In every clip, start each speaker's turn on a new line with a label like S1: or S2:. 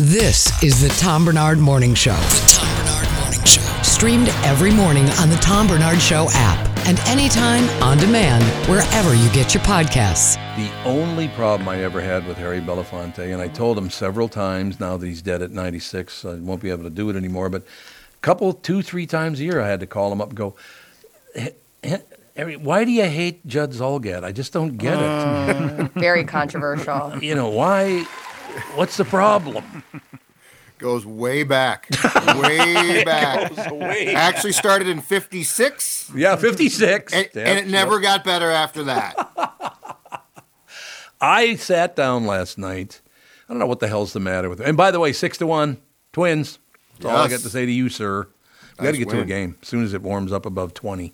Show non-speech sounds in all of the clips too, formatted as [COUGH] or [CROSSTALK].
S1: This is the Tom Bernard Morning Show. The Tom Bernard Morning Show. Streamed every morning on the Tom Bernard Show app and anytime on demand wherever you get your podcasts.
S2: The only problem I ever had with Harry Belafonte, and I told him several times now that he's dead at 96, I won't be able to do it anymore, but a couple, two, three times a year I had to call him up and go, "H- H- Harry, why do you hate Judd Zolgad? I just don't get
S3: Uh.
S4: Very controversial.
S2: [LAUGHS] it. You know, why? What's the problem?
S3: Goes way back. Way back. Actually started in 56,
S2: Yeah, 56.
S3: and,
S2: Yeah,
S3: and it
S2: yeah.
S3: never got better after that.
S2: I sat down last night. I don't know what the hell's the matter with it. And by the way, six to one, twins. That's all I
S3: Yes.
S2: got to say to you, sir. We got to
S3: Nice
S2: get to a
S3: win.
S2: game as soon as it warms up above 20.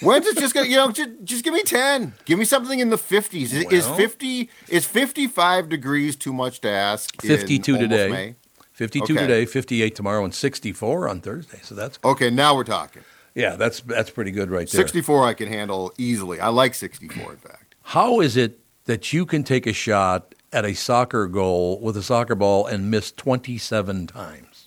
S3: When's it just gonna, you know, just, just give me 10. Give me something in the 50s. Is, is
S2: Well.
S3: 50, is 55 degrees too much to ask? in
S2: 52
S3: almost
S2: today.
S3: May?
S2: 52
S3: Okay.
S2: today, 58 tomorrow, and 64 on Thursday. So that's
S3: Okay, now we're talking.
S2: yeah, that's that's pretty good right there.
S3: 64 I can handle easily. I like 64, in fact.
S2: How is it that you can take a shot at a soccer goal with a soccer ball and miss 27 times?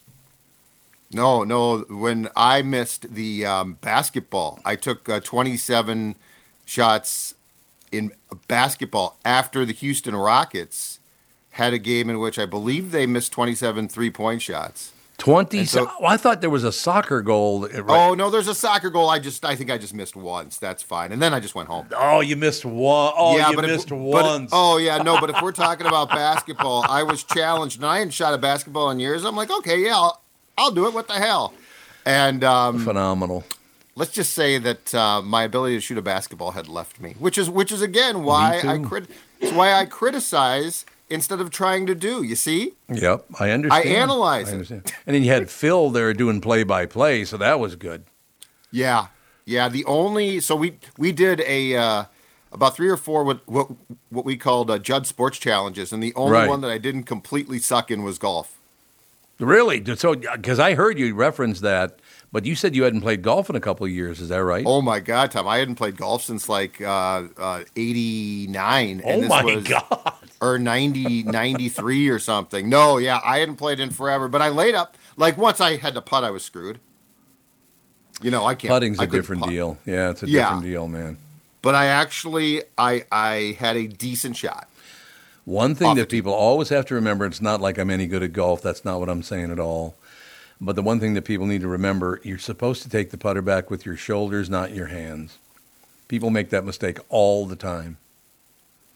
S3: No, no. When I missed the um, basketball, I took uh, 27 shots in basketball after the Houston Rockets had a game in which I believe they missed 27 three point shots.
S2: 20
S3: And so-
S2: oh, I thought there was a soccer goal. that-
S3: Oh no, there's a soccer goal. I just, I think I just missed once. That's fine. And then I just went home.
S2: Oh, you missed one. Oh, you
S3: if-
S2: missed
S3: but-
S2: one.
S3: oh yeah, no. But if we're talking about basketball, I was challenged, and I hadn't shot a basketball in years. I'm like, okay, yeah, I'll, I'll do it. What the hell? And
S2: Mm.
S3: um,
S2: Phenomenal.
S3: let's just say that uh, my ability to shoot a basketball had left me, which is which is again why I crit- it's why I criticize instead of trying to do. You see?
S2: Yep, I understand.
S3: I analyze it.
S2: understand. And then you had Phil there doing play by play, so that was good.
S3: Yeah, yeah. The only so we we did a uh, about three or four what what what we called uh, Judd Sports challenges, and the only
S2: Right.
S3: one that I didn't completely suck in was golf.
S2: Really? So, because I heard you reference that, but you said you hadn't played golf in a couple of years. Is that right?
S3: Oh my God, Tom! I hadn't played golf since like uh, uh, '89.
S2: Oh my [LAUGHS] God.
S3: Or 90, 93 or something. No, yeah, I hadn't played in forever. But I laid up like once I had to putt, I was screwed. You know, I can't.
S2: Putting's
S3: I
S2: a
S3: couldn't
S2: different
S3: putt.
S2: deal. Yeah, it's a
S3: Yeah.
S2: different deal, man.
S3: But I actually, I I had a decent shot.
S2: One thing
S3: Off
S2: that
S3: the tee.
S2: people always have to remember it's not like I'm any good at golf. That's not what I'm saying at all. But the one thing that people need to remember you're supposed to take the putter back with your shoulders, not your hands. People make that mistake all the time.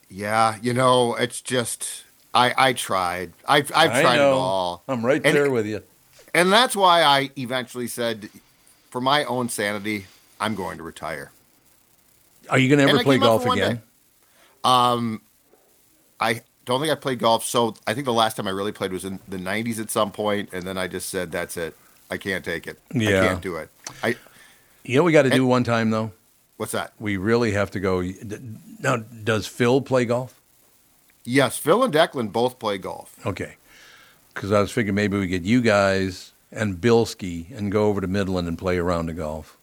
S3: Yeah, you know, it's just I I tried. I I've
S2: I
S3: tried
S2: know. Um,
S3: it all.
S2: I'm right
S3: And-
S2: there with you.
S3: And that's why I eventually said, for my own sanity, I'm going to retire.
S2: Are you going to
S3: And
S2: ever
S3: I
S2: play
S3: came out
S2: golf
S3: for one
S2: again?
S3: day. I don't think I played golf. So I think the last time I really played was in the 90s at some point, and then I just said, "That's it. I can't take it.
S2: Yeah.
S3: I can't do it." I
S2: You know, what we got to do one time though.
S3: what's that?
S2: We really have to go. Now, does Phil play golf?
S3: Yes, Phil and Declan both play golf.
S2: Okay, because I was thinking maybe we get you guys and Bilski and go over to Midland and play a round of golf.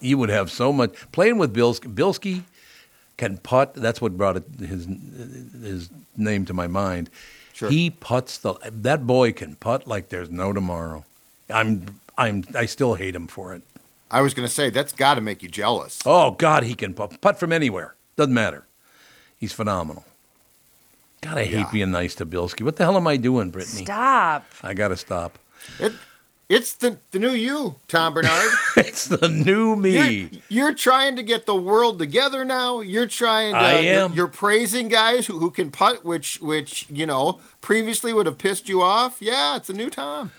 S2: You would have so much playing with Bilski. Bilski can putt. That's what brought it, his his name to my mind.
S3: Sure.
S2: He puts the that boy can putt like there's no tomorrow. I'm I'm I still hate him for it.
S3: I was going to say that's got to make you jealous.
S2: Oh God, he can putt, putt from anywhere. Doesn't matter. He's phenomenal. God, I hate
S3: Yeah.
S2: being nice to Bilski. What the hell am I doing, Brittany?
S4: Stop.
S2: I gotta stop. [LAUGHS]
S3: It, it's the the new you,
S2: [LAUGHS]
S3: Tom Bernard.
S2: it's the new
S3: You're,
S2: me.
S3: you're trying to get the world together now. You're trying. To,
S2: I
S3: you're-
S2: am.
S3: You're, praising guys who, who can putt, which which you know previously would have pissed you off. Yeah, it's a new time.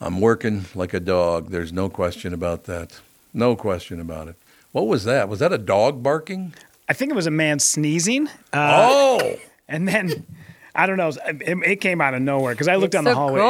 S2: I'm working like a dog. There's no question about that. No question about it. What was that? Was that a dog barking?
S5: I think it was a man sneezing, uh,
S2: oh,
S5: and then I don't know. It, it came out of nowhere because I looked
S4: It's
S5: down the,
S4: the
S5: hallway.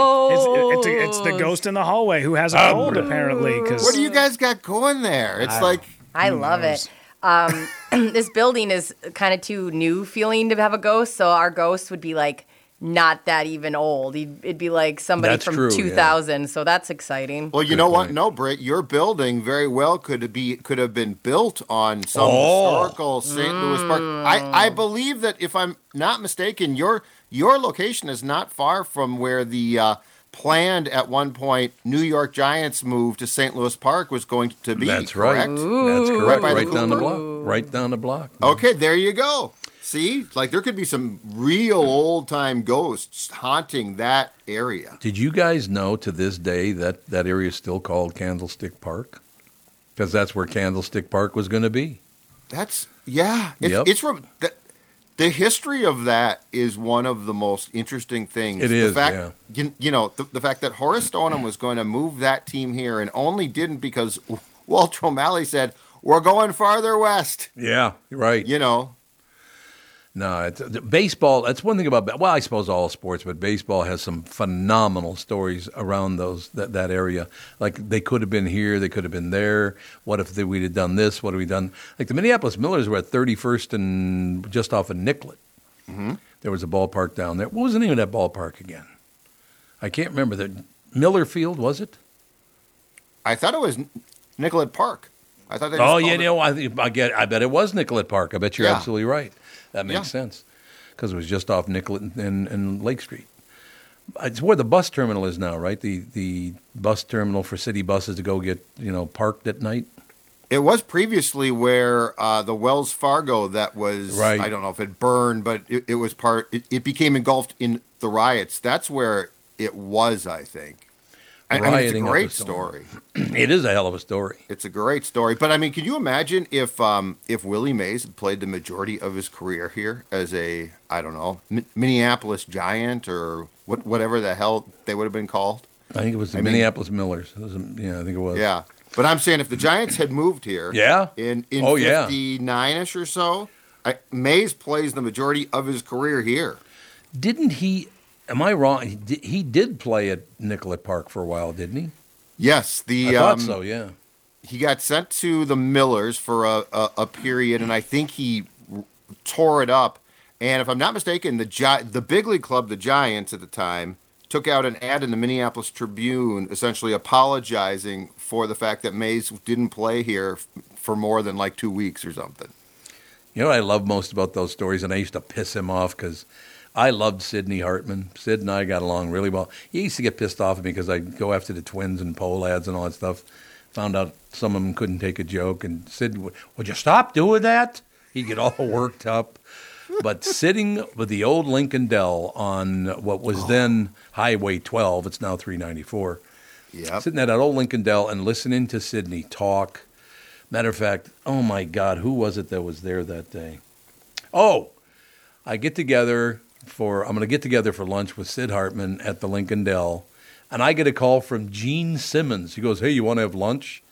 S5: It's, it's, it's the
S4: ghost.
S5: ghost in the hallway who has a cold apparently. Because
S3: Oh. What do you guys got going there? It's like
S4: I love it. Um, [CLEARS THROAT] this building is kind of too new feeling to have a ghost, so our ghost would be like not that even old. He'd, it'd be like somebody
S2: That's
S4: from
S2: true, yeah.
S4: 2000, so that's exciting.
S3: well, you
S2: Good
S3: know
S2: point.
S3: what? No, Britt, your building very well could be could have been built on some
S2: Oh.
S3: historical St. Louis park. I I believe that if I'm not mistaken, your Your location is not far from where the uh, planned at one point New York Giants move to St. Louis Park was going to be.
S2: That's right.
S3: correct?
S2: That's correct.
S3: Right by the
S2: Right down the
S3: Cooper?
S2: block. Right down the block.
S3: Okay, there you go. See, like there could be some real
S2: Hmm.
S3: old time ghosts haunting that area.
S2: Did you guys know to this day that that area is still called Candlestick Park? Because that's where Candlestick Park was going to be.
S3: That's yeah. It's,
S2: Yep.
S3: it's from the, the history of that is one of the most interesting things.
S2: It
S3: the
S2: is,
S3: fact,
S2: yeah.
S3: you, you know, the, the fact that Horace Stoneham was going to move that team here and only didn't because [LAUGHS] Walter O'Malley said we're going farther west.
S2: Yeah, right.
S3: You know,
S2: No, it's, uh, the baseball. That's one thing about well, I suppose all sports, but baseball has some phenomenal stories around those that, that area. Like they could have been here, they could have been there. What if they, we'd have done this? What have we done? Like the Minneapolis Millers were at 31st and just off of Nicollet. There was a ballpark down there. What was the name of that ballpark again? I can't remember. The Miller Field was it?
S3: I thought it was Nicollet Park. I thought they. just
S2: Oh
S3: called
S2: yeah,
S3: it-
S2: no, I, think- I get. I bet it was Nicollet Park. I bet you're
S3: Yeah.
S2: absolutely right. That makes
S3: Yeah.
S2: sense because it was just off Nicollet and, and, and Lake Street. It's where the bus terminal is now, right? The the bus terminal for city buses to go get you know parked at night. [CLEARS THROAT]
S3: It was previously where uh, the Wells Fargo that was
S2: Right.
S3: I don't know if it burned, but it, it was part. It, it became engulfed in the riots. That's where it was, I think. I, I mean, it's a
S2: Rioting up
S3: great
S2: the storm.
S3: story.
S2: it is a hell of a story.
S3: It's a great story. But I mean, can you imagine if um, if Willie Mays had played the majority of his career here as a I don't know Mi- Minneapolis Giant or what, whatever the hell they would have been called?
S2: I think it was the
S3: I mean-
S2: Minneapolis Millers. It was, yeah, I think it was.
S3: Yeah. But I'm saying if the Giants had moved here,
S2: Yeah.
S3: in in
S2: Oh, yeah.
S3: 59 ish or so, I, Mays plays the majority of his career here.
S2: Didn't he? Am I wrong? He did, he did play at Nicollet Park for a while, didn't he?
S3: Yes,
S2: I
S3: the um,
S2: thought so. Yeah.
S3: he got sent to the Millers for a, a, a period, and I think he r- tore it up. And if I'm not mistaken, the Gi- the big league club, the Giants at the time, took out an ad in the Minneapolis Tribune, essentially apologizing for the fact that Mays didn't play here f- for more than like two weeks or something.
S2: You know what I love most about those stories, and I used to piss him off because I loved Sidney Hartman. Sid and I got along really well. He used to get pissed off at me because I'd go after the twins and pole ads and all that stuff. Found out some of them couldn't take a joke, and Sid would, would you stop doing that? He'd get all [LAUGHS] worked up. But sitting with the old Lincoln Dell on what was then Highway 12, it's now 394
S3: Yep.
S2: sitting at that old Lincoln Dell and listening to Sydney talk. Matter of fact, oh my God, who was it that was there that day? Oh, I get together for I'm going to get together for lunch with Sid Hartman at the Lincoln Dell, and I get a call from Gene Simmons. He goes, "Hey, you want to have lunch?"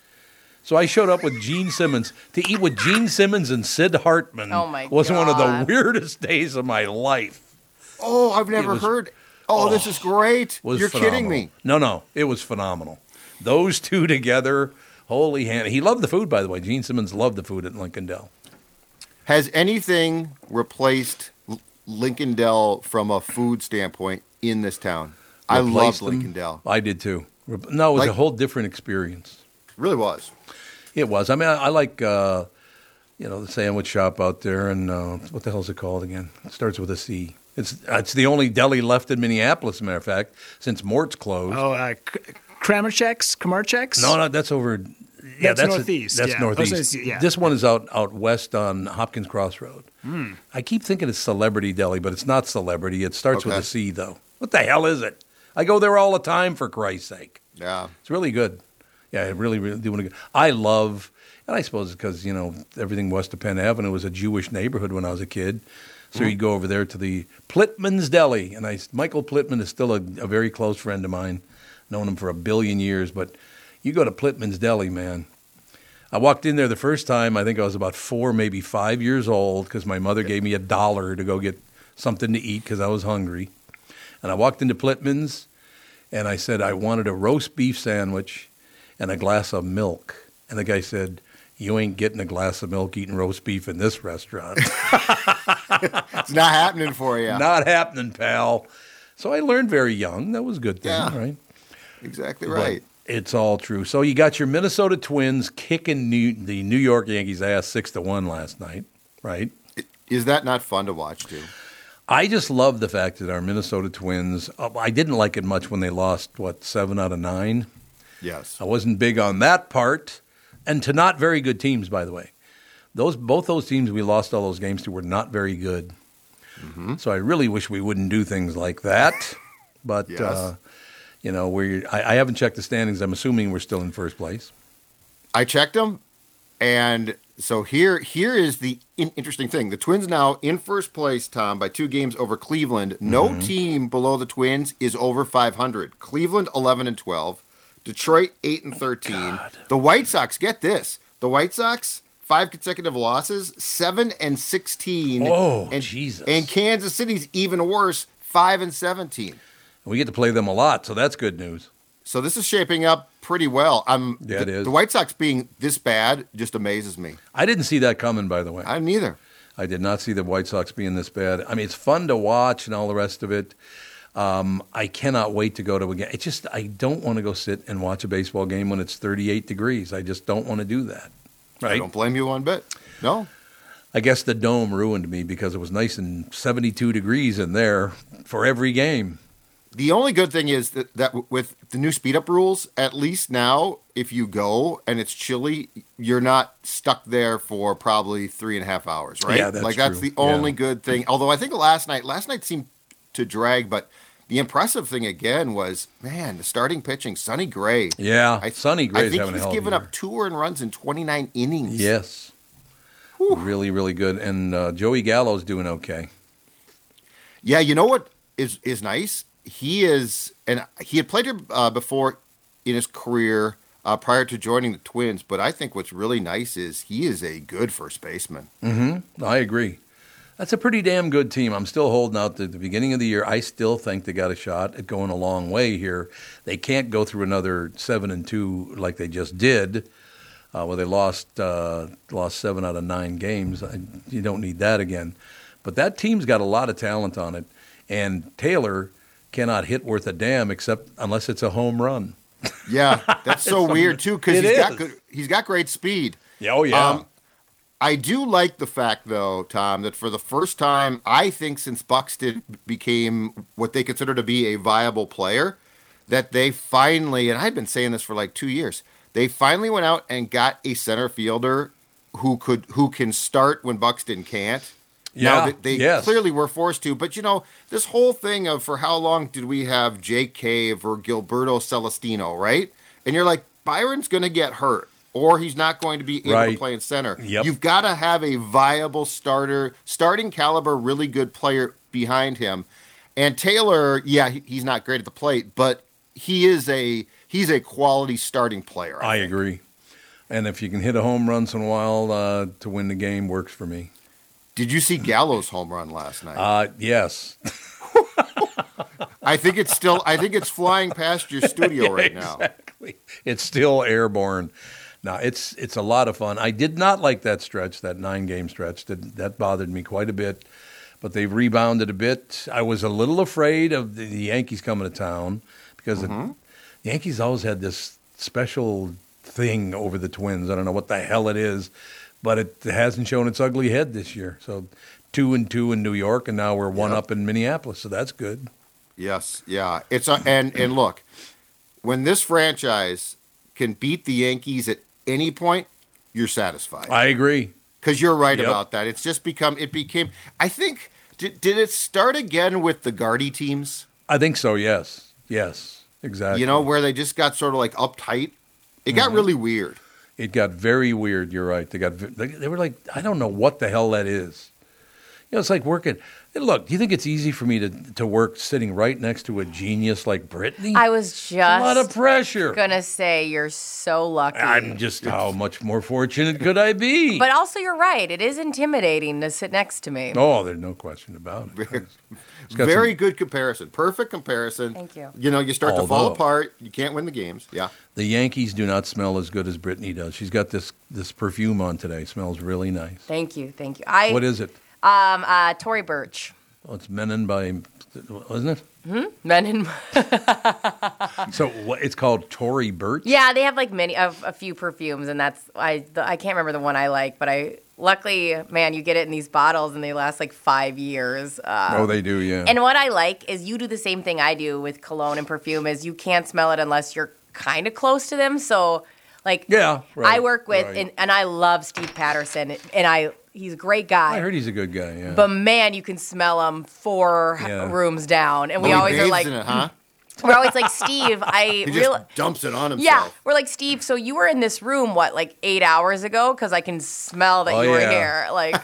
S2: So I showed up with Gene Simmons to eat with Gene Simmons and Sid Hartman.
S4: Oh, my
S2: was one of the
S4: God.
S2: weirdest days of my life.
S3: Oh, I've never
S2: was-
S3: heard. Oh, this is great.
S2: was
S3: You're kidding
S2: phenomenal.
S3: me.
S2: No, no, it was phenomenal. Those two together, holy hand. He loved the food, by the way. Gene Simmons loved the food at Lincoln Dell.
S3: Has anything replaced L- Lincoln Dell from a food standpoint in this town? I loved
S2: Replaced them.
S3: Lincoln Dell.
S2: I did too. Rep- No, it was a
S3: Like-
S2: whole different experience.
S3: Really was.
S2: It was. I mean, I, I like, uh, you know, the sandwich shop out there, and uh, what the hell's it called again? It starts with a C. It's it's the only deli left in Minneapolis, as a matter of fact, since Mort's closed.
S5: Oh, uh, Kramercheks, Kamarcheks.
S2: No, no, that's over. Yeah,
S5: That's northeast,
S2: that's
S5: yeah.
S2: northeast.
S5: Oh, so it's- yeah.
S2: This one is out out west on Hopkins Cross Road.
S5: Hmm.
S2: I keep thinking it's Celebrity Deli, but it's not Celebrity. It starts with
S3: Okay.
S2: a C, though. What the hell is it? I go there all the time for Christ's sake. [LAUGHS]
S3: Yeah.
S2: It's really good. Yeah, I really, really do want to go. I love, and I suppose because, you know, everything west of Penn Avenue was a Jewish neighborhood when I was a kid. So you'd go over there to the Plitman's Deli. And I, Michael Plitman is still a, a very close friend of mine, known him for a billion years. But you go to Plitman's Deli, man. I walked in there the first time, I think I was about four, maybe five years old, because my mother gave me a dollar to go get something to eat because I was hungry. And I walked into Plitman's and I said I wanted a roast beef sandwich and a glass of milk. And the guy said, "You ain't getting a glass of milk eating roast beef in this
S3: [LAUGHS]
S2: restaurant.
S3: It's not happening for you.
S2: Not happening, pal." So I learned very young. That was a good thing,
S3: Yeah.
S2: right?
S3: exactly
S2: But
S3: right.
S2: it's all true. So you got your Minnesota Twins kicking New, the New York Yankees ass six to one last night, right?
S3: Is that not fun to watch, too?
S2: I just love the fact that our Minnesota Twins. uh, I didn't like it much when they lost what seven out of nine.
S3: Yes.
S2: I wasn't big on that part, and to not very good teams, by the way. Those both those teams we lost all those games to were not very good.
S3: Mm-hmm.
S2: So I really wish we wouldn't do things like that. But
S3: Yes.
S2: uh, you know, we I, I haven't checked the standings. I'm assuming we're still in first place.
S3: I checked them, and so here here is the in- interesting thing: the Twins now in first place, Tom, by two games over Cleveland. No
S2: Mm-hmm.
S3: team below the Twins is over 500. Cleveland 11 and 12, Detroit 8 and 13. The White Sox get this: the White Sox five consecutive losses, seven and 16.
S2: Whoa,
S3: and,
S2: Jesus.
S3: And Kansas City's even worse, five and 17.
S2: We get to play them a lot, so that's good news.
S3: So this is shaping up pretty well. I'm
S2: Yeah,
S3: the,
S2: it is.
S3: the White Sox being this bad just amazes me.
S2: I didn't see that coming, by the way.
S3: I neither.
S2: I did not see the White Sox being this bad. I mean, it's fun to watch and all the rest of it. Um, I cannot wait to go to a game. It's just I don't want to go sit and watch a baseball game when it's 38 degrees. I just don't want to do that.
S3: I
S2: Right.
S3: don't blame you one bit. No.
S2: I guess the dome ruined me because it was nice and 72 degrees in there for every game.
S3: The only good thing is that, that w- with the new speed up rules, at least now, if you go and it's chilly, you're not stuck there for probably three and a half hours, right?
S2: Yeah, that's
S3: like that's
S2: true.
S3: the only
S2: Yeah.
S3: good thing. Although I think last night, last night seemed to drag, but the impressive thing again was, man, the starting pitching, Sonny Gray.
S2: Yeah,
S3: I,
S2: Sonny Gray's
S3: I think
S2: having a
S3: he's
S2: hell of a
S3: given
S2: year.
S3: up two earned runs in 29 innings.
S2: Yes. Really, really good. And uh, Joey Gallo's doing okay.
S3: Yeah, you know what is is nice? He is, and he had played uh, before in his career uh, prior to joining the Twins. But I think what's really nice is he is a good first baseman.
S2: I agree. That's a pretty damn good team. I'm still holding out to the beginning of the year. I still think they got a shot at going a long way here. They can't go through another seven and two like they just did, uh, where they lost uh, lost seven out of nine games. I, you don't need that again. But that team's got a lot of talent on it, and Taylor cannot hit worth a damn except unless it's a home run.
S3: Yeah,
S2: [LAUGHS]
S3: that's so weird too because
S2: It
S3: he's
S2: is.
S3: got good. He's got great speed.
S2: Oh yeah,
S3: Um, I do like the fact, though, Tom, that for the first time, I think since Buxton became what they consider to be a viable player, that they finally, and I've been saying this for like two years, they finally went out and got a center fielder who could who can start when Buxton can't.
S2: Yeah,
S3: Now that they
S2: yes.
S3: clearly were forced to, but you know this whole thing of for how long did we have Jake Cave or Gilberto Celestino, right? And you're like Byron's going to get hurt, or he's not going to be able
S2: Right.
S3: to play in center.
S2: Yep.
S3: You've got to have a viable starter, starting caliber, really good player behind him. And Taylor, yeah, he- he's not great at the plate, but he is a he's a quality starting player.
S2: I agree. And if you can hit a home run some while uh, to win the game, works for me.
S3: Did you
S2: [LAUGHS]
S3: see Gallo's home run last night?
S2: Uh, yes, [LAUGHS]
S3: I think it's still I think it's flying
S2: [LAUGHS]
S3: past your studio right now.
S2: Exactly. It's still airborne. Now it's it's a lot of fun. I did not like that stretch, that nine game stretch. That that bothered me quite a bit. But they've rebounded a bit. I was a little afraid of the, the Yankees coming to town because the, the Yankees always had this special thing over the Twins. I don't know what the hell it is, but it hasn't shown its ugly head this year. So two and two in New York, and now we're one
S3: Yep.
S2: up in Minneapolis. So that's good.
S3: Yes, yeah. It's a, and and look, when this franchise can beat the Yankees at any point, you're satisfied.
S2: I agree.
S3: because you're right
S2: Yep.
S3: about that. It's just become it became. I think did, did it start again with the Guardy teams?
S2: I think so. Yes. Yes. Exactly.
S3: You know where they just got sort of like uptight. It got
S2: Mm-hmm.
S3: really weird.
S2: It got very weird. You're right. They got ve- they, they were like, I don't know what the hell that is. You know, it's like working. hey, Look, do you think it's easy for me to to work sitting right next to a genius like Brittany?
S4: I was just
S2: a lot of pressure.
S4: gonna say you're so lucky.
S2: I'm just how much more fortunate could I be?
S4: but also, you're right. It is intimidating to sit next to me.
S2: oh, there's no question about it. It's got
S3: Very
S2: some-
S3: good comparison. Perfect comparison.
S4: Thank you.
S3: You know, you start to fall
S2: Although-
S3: apart. You can't win the games. Yeah.
S2: the Yankees do not smell as good as Brittany does. She's got this this perfume on today. Smells really nice.
S4: Thank you, thank you. I
S2: What is it?
S4: um uh Tory Burch.
S2: Oh, it's Menon by, wasn't it?
S4: Men in
S2: So what, it's called Tory Burch.
S4: Yeah, they have like many of a few perfumes and that's I the, I can't remember the one I like, but I Luckily, man, you get it in these bottles and they last like five years. Uh,
S2: oh, they do, yeah.
S4: and what I like is you do the same thing I do with cologne and perfume is you can't smell it unless you're kind of close to them. So, like,
S2: Yeah, right,
S4: I work with
S2: right.
S4: and, and I love Steve Patterson and I he's a great guy.
S2: I heard he's a good guy. Yeah.
S4: but man, you can smell them four
S2: Yeah.
S4: rooms down, and we
S3: Well, he
S4: always are
S3: bathes
S4: like,
S3: in it, huh?
S4: we're always like, Steve,
S3: [LAUGHS]
S4: I
S3: He just
S4: real,
S3: dumps it on
S4: yeah, [LAUGHS]
S3: himself.
S4: we're like, Steve, so you were in this room what, like eight hours ago? Because I can smell that
S2: Oh,
S4: you were
S2: yeah.
S4: here, like,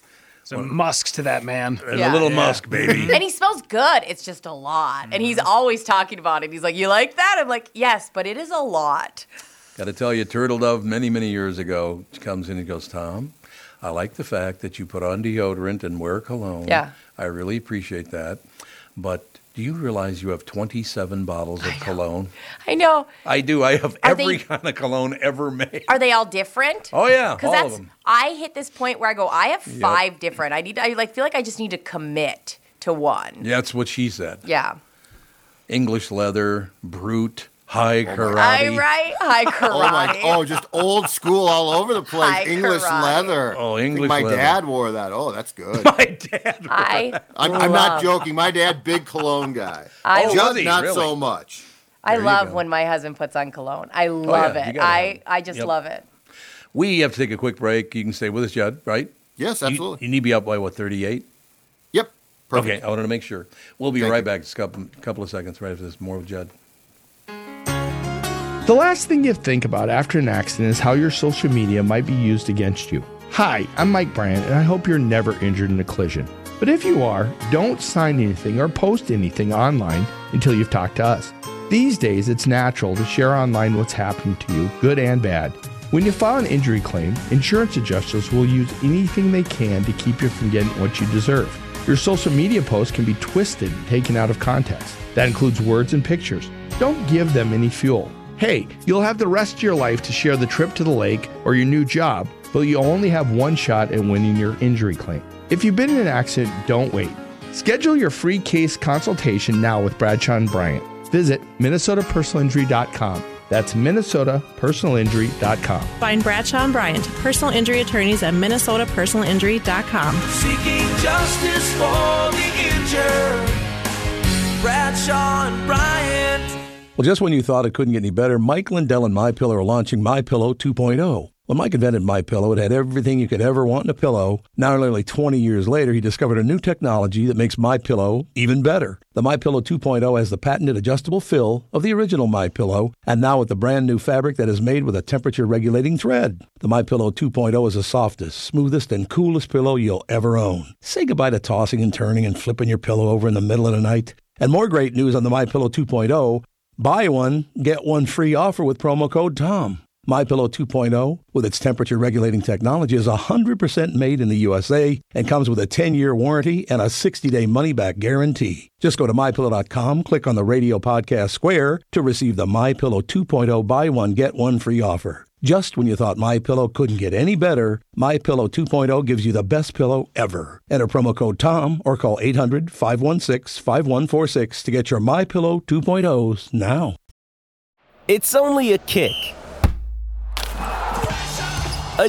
S4: [LAUGHS]
S5: Some musks to that man.
S2: and
S4: yeah.
S2: a little
S5: Yeah.
S2: musk,
S4: [LAUGHS]
S2: baby.
S4: and he smells good. It's just a lot, and
S2: Mm-hmm.
S4: he's always talking about it. He's like, you like that? I'm like, yes, but it is a lot.
S2: Got to tell you, Turtle Dove, many, many years ago, comes in and goes, Tom, I like the fact that you put on deodorant and wear cologne.
S4: Yeah.
S2: I really appreciate that. But do you realize you have 27 bottles of cologne?
S4: I know.
S2: I do. I have
S4: Are
S2: every [LAUGHS]
S4: they-
S2: kind of cologne ever made.
S4: Are they all different?
S2: Oh, yeah.
S4: because
S2: All
S4: that's
S2: of them.
S4: I hit this point where I go, I have five different. I need. I like feel like I just need to commit to one.
S2: Yeah, that's what she said.
S4: yeah.
S2: English leather, brute,
S4: Oh
S2: high karate.
S4: I right high
S3: Oh my!
S4: karate.
S3: Oh, just old school all over the place.
S4: High
S3: English
S4: karate.
S3: leather.
S2: Oh,
S3: I think
S2: English
S3: My
S2: leather.
S3: dad wore that. Oh, that's
S2: [LAUGHS]
S3: good.
S2: My dad.
S4: I
S3: I'm, I'm not
S4: [LAUGHS] love-
S3: joking. My dad, big cologne guy.
S4: I
S2: Oh, was
S3: Judd,
S2: he?
S3: not
S2: Really?
S3: so much.
S4: I
S2: There you
S4: love
S2: go. Oh,
S4: when my husband puts on cologne. I love
S2: yeah, you
S4: it.
S2: gotta have
S4: I
S2: it.
S4: I just
S2: Yep.
S4: love it.
S2: We have to take a quick break. You can stay with us, Judd, right?
S3: Yes,
S2: You-
S3: absolutely.
S2: You, need to be up by what, 38?
S3: yep. Perfect.
S2: Okay, I wanted to make sure. We'll be
S3: Thank
S2: right
S3: you.
S2: back. Just a couple, couple of seconds right after this. More with Judd.
S6: The last thing you think about after an accident is how your social media might be used against you. Hi, I'm Mike Bryant, and I hope you're never injured in a collision. But if you are, don't sign anything or post anything online until you've talked to us. These days, it's natural to share online what's happened to you, good and bad. When you file an injury claim, insurance adjusters will use anything they can to keep you from getting what you deserve. Your social media posts can be twisted and taken out of context. That includes words and pictures. Don't give them any fuel. Hey, you'll have the rest of your life to share the trip to the lake or your new job, but you only have one shot at winning your injury claim. If you've been in an accident, don't wait. Schedule your free case consultation now with Bradshaw and Bryant. Visit minnesotapersonalinjury.com. That's minnesotapersonalinjury.com.
S7: Find Bradshaw and Bryant, personal injury attorneys at minnesotapersonalinjury.com.
S8: Seeking justice for the injured. Bradshaw and Bryant.
S2: Well, just when you thought it couldn't get any better, Mike Lindell and My Pillow are launching My Pillow 2.0. When Mike invented My Pillow, it had everything you could ever want in a pillow. Now, nearly 20 years later, he discovered a new technology that makes My Pillow even better. The My Pillow 2.0 has the patented adjustable fill of the original My Pillow, and now with the brand new fabric that is made with a temperature regulating thread. The My Pillow 2.0 is the softest, smoothest, and coolest pillow you'll ever own. Say goodbye to tossing and turning and flipping your pillow over in the middle of the night. And more great news on the My Pillow 2.0. Buy one, get one free offer with promo code TOM. My Pillow 2.0, with its temperature regulating technology, is 100% made in the USA and comes with a 10 year warranty and a 60 day money back guarantee. Just go to mypillow.com, click on the radio podcast square to receive the My Pillow 2.0 buy one, get one free offer. Just when you thought My Pillow couldn't get any better, My Pillow 2.0 gives you the best pillow ever. Enter promo code TOM or call 800-516-5146 to get your My Pillow 2.0s now.
S8: It's only a kick, a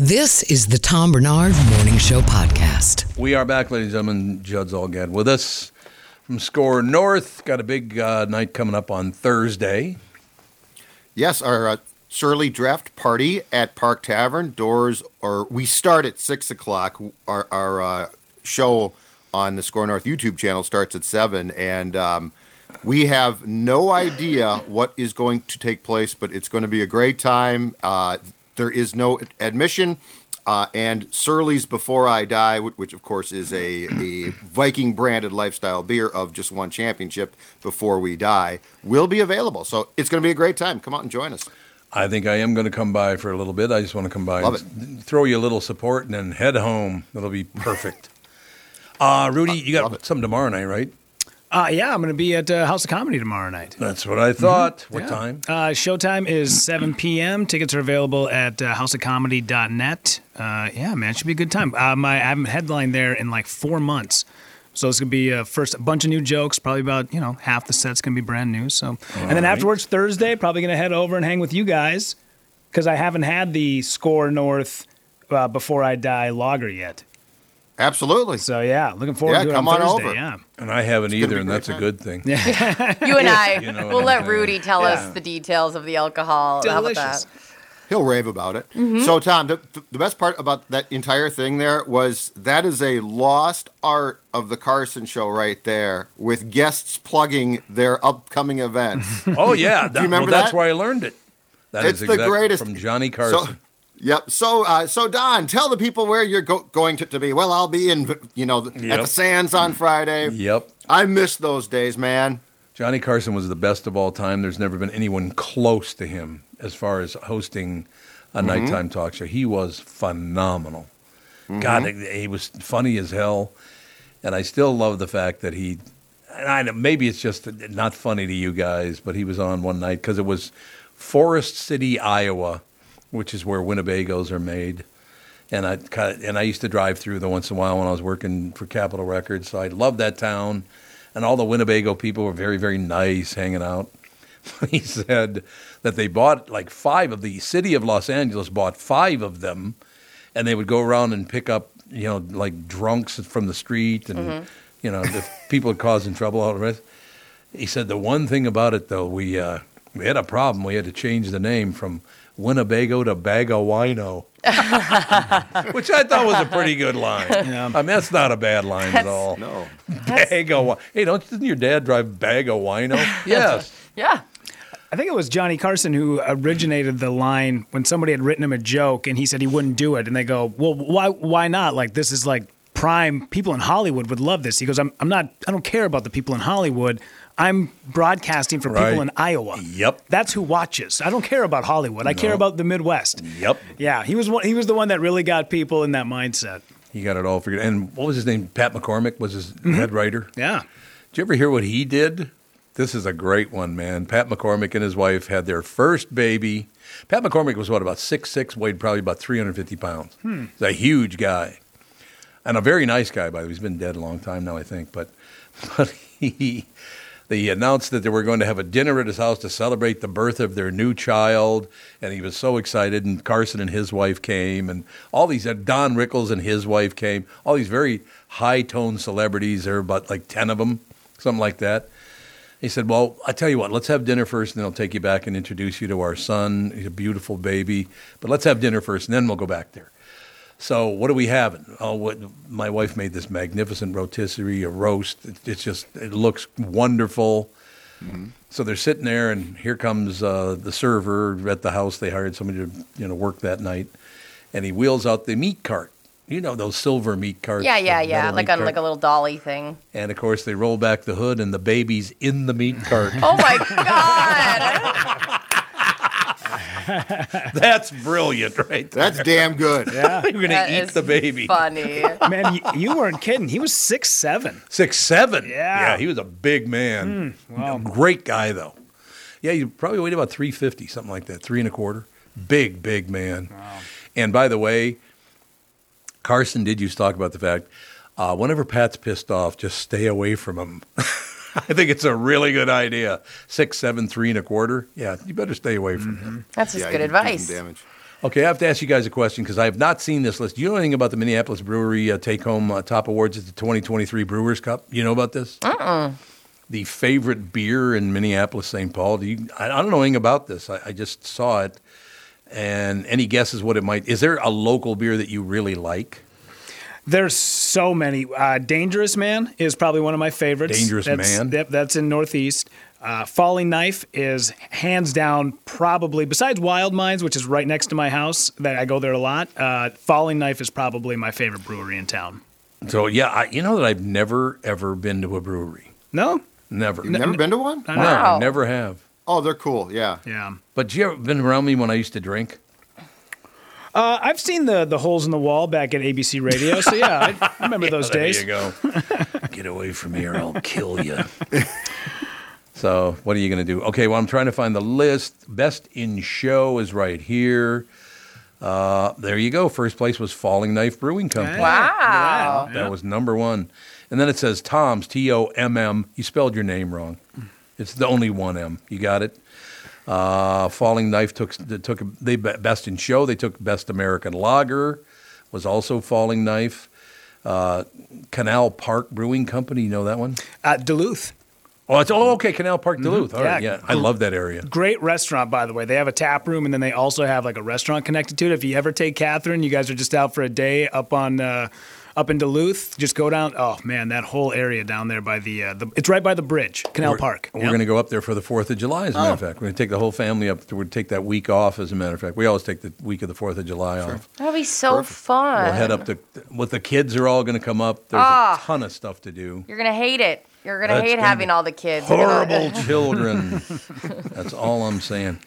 S1: This is the Tom Bernard Morning Show Podcast.
S2: We are back, ladies and gentlemen. Judd Zolgad with us from Score North. Got a big uh, night coming up on Thursday.
S3: Yes, our uh, Surly Draft Party at Park Tavern. Doors are we start at six o'clock. Our our uh, show on the Score North YouTube channel starts at seven, and um, we have no idea what is going to take place, but it's going to be a great time. Uh, there is no admission. Uh, and Surly's Before I Die, wh- which of course is a, a Viking branded lifestyle beer of just one championship before we die, will be available. So it's going to be a great time. Come out and join us.
S2: I think I am going to come by for a little bit. I just want to come by,
S3: Love
S2: and s- throw you a little support, and then head home. That'll be
S3: [LAUGHS]
S2: perfect. uh, Rudy, you got something tomorrow night, right?
S5: Uh, yeah, I'm going to be at uh, House of Comedy tomorrow night.
S2: That's what I thought.
S3: Mm-hmm.
S2: What
S5: Yeah.
S2: time?
S5: Uh, showtime is 7 p.m. Tickets are available at uh, houseofcomedy.net. Uh, yeah, man, it should be a good time. Uh, my, I haven't headlined there in like four months. So it's gonna be uh, first a bunch of new jokes, probably about you know half the set's gonna be brand new. So, and then
S2: right.
S5: afterwards Thursday, probably gonna head over and hang with you guys because I haven't had the Score North uh, before I die lager yet.
S3: Absolutely.
S5: So yeah, looking forward
S3: Yeah,
S5: to it.
S3: come
S5: on,
S3: on
S5: Thursday,
S3: over.
S5: Yeah.
S2: And I haven't
S5: gonna
S2: either,
S5: be
S2: and
S5: great
S2: that's a good thing.
S4: You and I,
S2: You know what
S4: we'll
S2: I'm
S4: let
S2: saying.
S4: Rudy tell
S2: Yeah.
S4: us the details of the alcohol. How about
S3: Delicious.
S4: that?
S3: He'll rave about it.
S4: Mhm.
S3: So, Tom, the, the best part about that entire thing there was that is a lost art of the Carson show right there, with guests plugging their
S2: [LAUGHS]
S3: upcoming events.
S2: Oh yeah,
S3: [LAUGHS] do you remember
S2: well, that's
S3: that?
S2: where I learned it. That is
S3: It's the
S2: exact-
S3: greatest.
S2: from Johnny
S3: So-
S2: Carson.
S3: Yep. So, uh, so Don, tell the people where you're go- going to, to be. Well, I'll be in, you know, at the
S2: Yep.
S3: Sands on Friday.
S2: Yep.
S3: I miss those days, man.
S2: Johnny Carson was the best of all time. There's never been anyone close to him as far as hosting a
S3: Mhm.
S2: nighttime talk show. He was phenomenal. God, he was funny as hell, and I still love the fact that he. And I know, maybe it's just that- not funny to you guys, but he was on one night because it was Forest City, Iowa, which is where Winnebagos are made. And I kind of, and I used to drive through there once in a while when I was working for Capitol Records, so I loved that town. And all the Winnebago people were very, very nice, hanging out. [LAUGHS] he said that they bought like five of the city of Los Angeles bought five of them, and they would go around and pick up you know like drunks from the street and
S9: Mhm.
S2: you know the people causing trouble all the rest. He said the one thing about it though we uh, we had a problem. We had to change the name from Winnebago to Bagawino. Which I thought was a pretty good
S4: [LAUGHS]
S2: line. I mean, that's not a bad line at
S4: That's-
S2: all.
S3: No.
S2: Bag of wine. Hey, don't doesn't your dad drive bag of wino? Yes.
S4: [LAUGHS] Yeah.
S5: I think it was Johnny Carson who originated the line when somebody had written him a joke and he said he wouldn't do it. And they go, well, why, why not? Like, this is like prime. People in Hollywood would love this. He goes, I'm, I'm not, I don't care about the people in Hollywood. I'm broadcasting for
S2: Right.
S5: people in Iowa.
S2: Yep.
S5: That's who watches. I don't care about Hollywood. I care
S2: No.
S5: about the Midwest.
S2: Yep.
S5: Yeah. He was one, he was the one that really got people in that mindset.
S2: He got it all figured. And what was his name? Pat McCormick was his
S4: Mm-hmm.
S5: Mhm.
S2: head writer. [LAUGHS]
S5: Yeah.
S2: Did you ever hear what he did? This is a great one, man. Pat McCormick and his wife had their first baby. Pat McCormick was what about six six, weighed probably about three hundred fifty pounds.
S9: Hmm.
S2: He's a huge guy, and a very nice guy. By the way, he's been dead a long time now, I think. But [LAUGHS] but he they announced that they were going to have a dinner at his house to celebrate the birth of their new child, and he was so excited. And Carson and his wife came, and all these Don Rickles and his wife came. All these very high toned celebrities. There were about like ten of them, something like that. He said, Well, I tell you what, let's have dinner first, and then I'll take you back and introduce you to our son. He's a beautiful baby, but let's have dinner first, and then we'll go back there. So, what are we having? Oh, what, my wife made this magnificent rotisserie, a roast. It, it's just, it looks wonderful. So they're sitting there, and here comes uh, the server at the house. They hired somebody to, you know, work that night, and he wheels out the meat cart. You know those silver meat carts.
S4: Yeah, yeah,
S2: the
S4: yeah.
S2: metal
S4: Like
S2: meat
S4: on
S2: cart.
S4: like a little dolly thing.
S2: And of course, they roll back
S4: [LAUGHS]
S2: [LAUGHS] the hood, and the baby's in the meat cart.
S4: Oh my god.
S2: That's brilliant, right? There.
S3: That's damn
S2: [LAUGHS]
S3: good.
S5: Yeah.
S2: You're gonna
S4: That
S2: eat
S4: is
S2: the baby.
S4: Funny.
S5: Man, you, you weren't kidding. He was six seven.
S2: Six seven.
S5: Yeah.
S2: Yeah, he was a big man. Great guy though. Yeah, he probably weighed about three fifty, something like that, three and a quarter. Big, big man. And by the way, Carson did used to talk about the fact uh, whenever Pat's pissed off, just stay away from him. [LAUGHS] I think it's a really good idea. Six, seven, three and a quarter. Yeah, you better stay away from him.
S4: That's just
S3: Yeah,
S4: good
S3: you can do some
S4: advice.
S3: Damage.
S2: Okay, I have to ask you guys a question because I have not seen this list. Do you know anything about the Minneapolis Brewery uh, Take Home uh, Top Awards at the 2023 Brewers Cup? You know about this? Uh-uh. The favorite beer in Minneapolis, St. Paul. Do you? I, I don't know anything about this. I, I just saw it. And any guesses what it might? Is there a local beer that you really like?
S5: There's so many. Uh, Dangerous Man is probably one of my favorites.
S2: Dangerous
S5: That's-
S2: Man?
S5: Yep, that's in Northeast. Uh, Falling Knife is hands down probably besides Wild Minds, which is right next to my house. That I go there a lot. Uh, Falling Knife is probably my favorite brewery in town.
S2: So yeah, I, you know that I've never ever been to a brewery.
S5: No,
S2: Never.
S3: You've never been to one?
S2: No,
S4: Wow.
S2: I never have.
S3: Oh, they're cool. Yeah.
S5: yeah.
S2: But you ever been around me when I used to drink?
S5: Uh, I've seen the the holes in the wall back at ABC Radio, so yeah,
S2: [LAUGHS]
S5: I remember those
S2: There
S5: days.
S2: you go.
S5: [LAUGHS]
S2: Get away from me, or I'll kill you. so, what are you going to do? Okay, well, I'm trying to find the list. Best in show is right here. Uh, there you go. First place was Falling Knife Brewing Company.
S4: Wow.
S2: That was number one. And then it says Tom's, T O M M. You spelled your name wrong. It's the only one M. You got it? Uh, Falling Knife took took they be- best in show. They took best American Lager, was also Falling Knife. Uh, Canal Park Brewing Company, you know that one?
S5: Uh, Duluth,
S2: Oh, it's oh okay, Canal Park Duluth. All right,
S5: Yeah.
S2: yeah, I love that area.
S5: great restaurant by the way. They have a tap room, and then they also have like a restaurant connected to it. If you ever take Catherine, you guys are just out for a day up on uh, up in Duluth. Just go down. Oh man, that whole area down there by the, uh, the it's right by the bridge, Canal
S2: We're-
S5: Park. Oh.
S2: We're
S5: Yep.
S2: going to go up there for the Fourth of July. As a matter of fact, we're going to take the whole family up. We're going to take that week off. As a matter of fact, we always take the week of the Fourth of July off.
S4: That'll be so fun.
S2: We'll head up to what the kids are all going to come up. There's a ton of stuff to do.
S4: You're gonna hate it. You're gonna
S2: That's
S4: hate
S2: gonna
S4: having
S2: be
S4: all the kids. You're gonna-
S2: Horrible children. That's all I'm saying.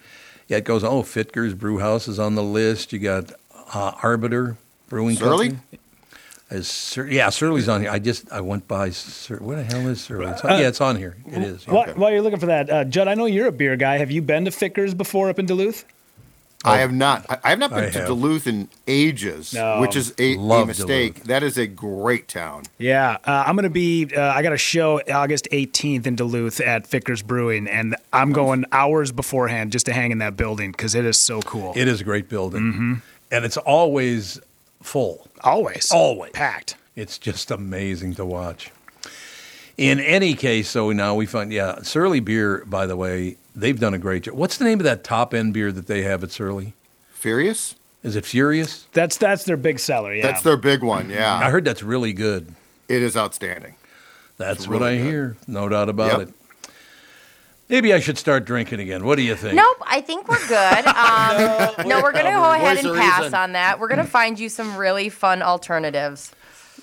S2: Yeah, it goes. Oh, Fitger's Brew House is on the list. You got uh, Arbiter Brewing
S3: Surly?
S2: Company. Is Sur- yeah, Surly's on here. I just I went by. Sur- what the hell is Surly? It's on- yeah, it's on here. It is.
S5: Whi-
S2: Okay.
S5: While you're looking for that, uh, Judd, I know you're a beer guy. Have you been to Fickers before up in Duluth?
S3: I have not. I, I have not been
S2: Oh. I
S3: to
S2: have.
S3: Duluth in ages,
S5: No.
S3: which is a, a
S2: Love
S3: mistake.
S2: Duluth.
S3: That is a great town.
S5: Yeah, uh, I'm gonna be. Uh, I got a show August 18th in Duluth at Fickers Brewing, and I'm going hours beforehand just to hang in that building because it is so cool.
S2: It is a great building, and it's always full.
S5: always,
S2: Always.
S5: packed.
S2: It's just amazing to watch. In any case, so now we find, yeah, Surly Beer, by the way, they've done a great job. What's the name of that top end beer that they have at Surly?
S3: Furious?
S2: Is it Furious?
S5: That's that's their big seller. Yeah,
S3: That's their big one.
S2: Mm-hmm. I
S3: Yeah.
S2: heard that's really good.
S3: It is outstanding.
S2: That's
S3: It's
S2: what I
S3: really good.
S2: hear, no doubt about
S3: Yep.
S2: it. Maybe I should start drinking again. What do you think?
S4: Nope, I think we're
S2: [LAUGHS]
S4: good. Um, no, we're gonna go ahead
S3: Voice
S4: and
S3: of
S4: pass
S3: reason.
S4: on that. We're gonna find you some really fun alternatives.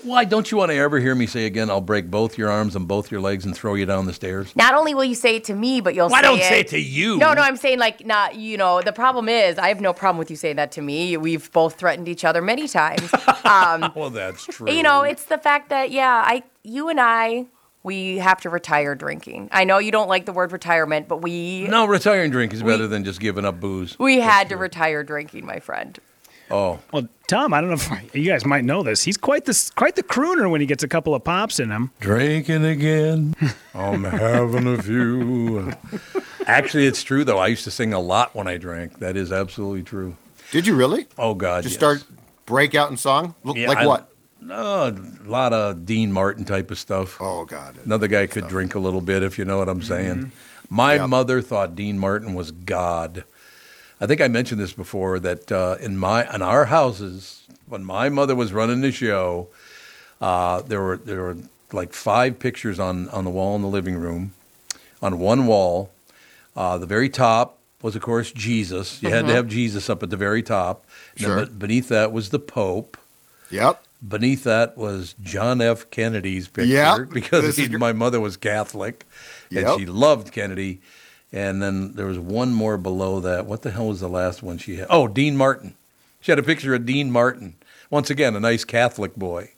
S2: Why don't you want to ever hear me say again, I'll break both your arms and both your legs and throw you down the stairs?
S4: Not only will you say it to me, but you'll
S2: Why
S4: say
S2: don't
S4: it.
S2: say it to you?
S4: No, no, I'm saying like not. You know, the problem is I have no problem with you saying that to me. We've both threatened each other
S2: [LAUGHS]
S4: many times.
S2: Well, that's true.
S4: [LAUGHS] you know, it's the fact that yeah, I, you and I, we have to retire drinking. I know you don't like the word retirement, but we
S2: No, retiring drink is better than just giving up booze.
S4: [LAUGHS] we had to retire drinking, my friend.
S2: Oh.
S5: Well, Tom, I don't know if you guys might know this. He's quite the quite the crooner when he gets a couple of pops in him.
S2: drinking
S4: [LAUGHS]
S2: again. I'm having a few. Actually, it's true though. I used to sing a lot when I drank. That is absolutely true.
S3: Did you really?
S2: Oh God,
S3: Just
S2: yes.
S3: start break out in song? L-
S2: Yeah,
S3: like
S2: I-
S3: what?
S2: No, a lot of Dean Martin type of stuff.
S3: Oh, God.
S2: Another guy could drink a little bit if you know what I'm saying. My
S3: Mm-hmm. Yep.
S2: mother thought Dean Martin was God. I think I mentioned this before that uh, in my in our houses when my mother was running the show, uh, there were there were like five pictures on on the wall in the living room. On one wall, uh, the very top was of course Jesus. You had to have Jesus up at the very top. And then
S3: Mm-hmm. Sure.
S2: be- beneath that was the Pope.
S3: Yep.
S2: Beneath that was John F. Kennedy's picture
S3: Yeah,
S2: [LAUGHS] because
S3: this
S2: he-
S3: is gr-
S2: my mother was Catholic and
S3: Yep.
S2: she loved Kennedy. And then there was one more below that. What the hell was the last one she had? Oh, Dean Martin. She had a picture of Dean Martin. Once again, a nice Catholic boy.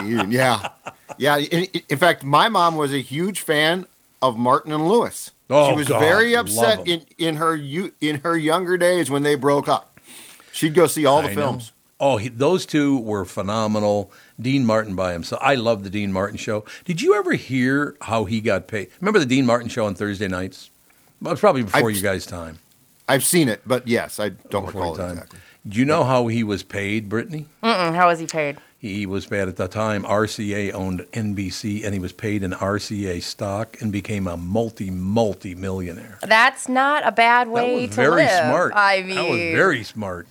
S3: Dean, yeah, yeah. In, in fact, my mom was a huge fan of Martin and Lewis.
S2: Oh,
S3: she was
S2: God,
S3: very
S2: love
S3: upset
S2: 'em.
S3: in in her you in her younger days when they broke up. She'd go see all the
S2: I know.
S3: films.
S2: Oh, he, those two were phenomenal. Dean Martin by himself. I love the Dean Martin show. Did you ever hear how he got paid? Remember the Dean Martin show on Thursday nights? Well, it's probably before
S3: I've-
S2: you guys' time.
S3: I've seen it, but yes, I
S2: Before
S3: don't recall
S2: your
S3: it
S2: time.
S3: exactly.
S2: Do you know how he was paid, Brittany?
S4: Mm-mm, Mm, how was he paid?
S2: He was paid at the time. RCA owned NBC, and he was paid in RCA stock and became a multi multi millionaire.
S4: That's not a bad
S2: that
S4: way
S2: was
S4: to
S2: very
S4: live.
S2: smart.
S4: I mean,
S2: that was very smart.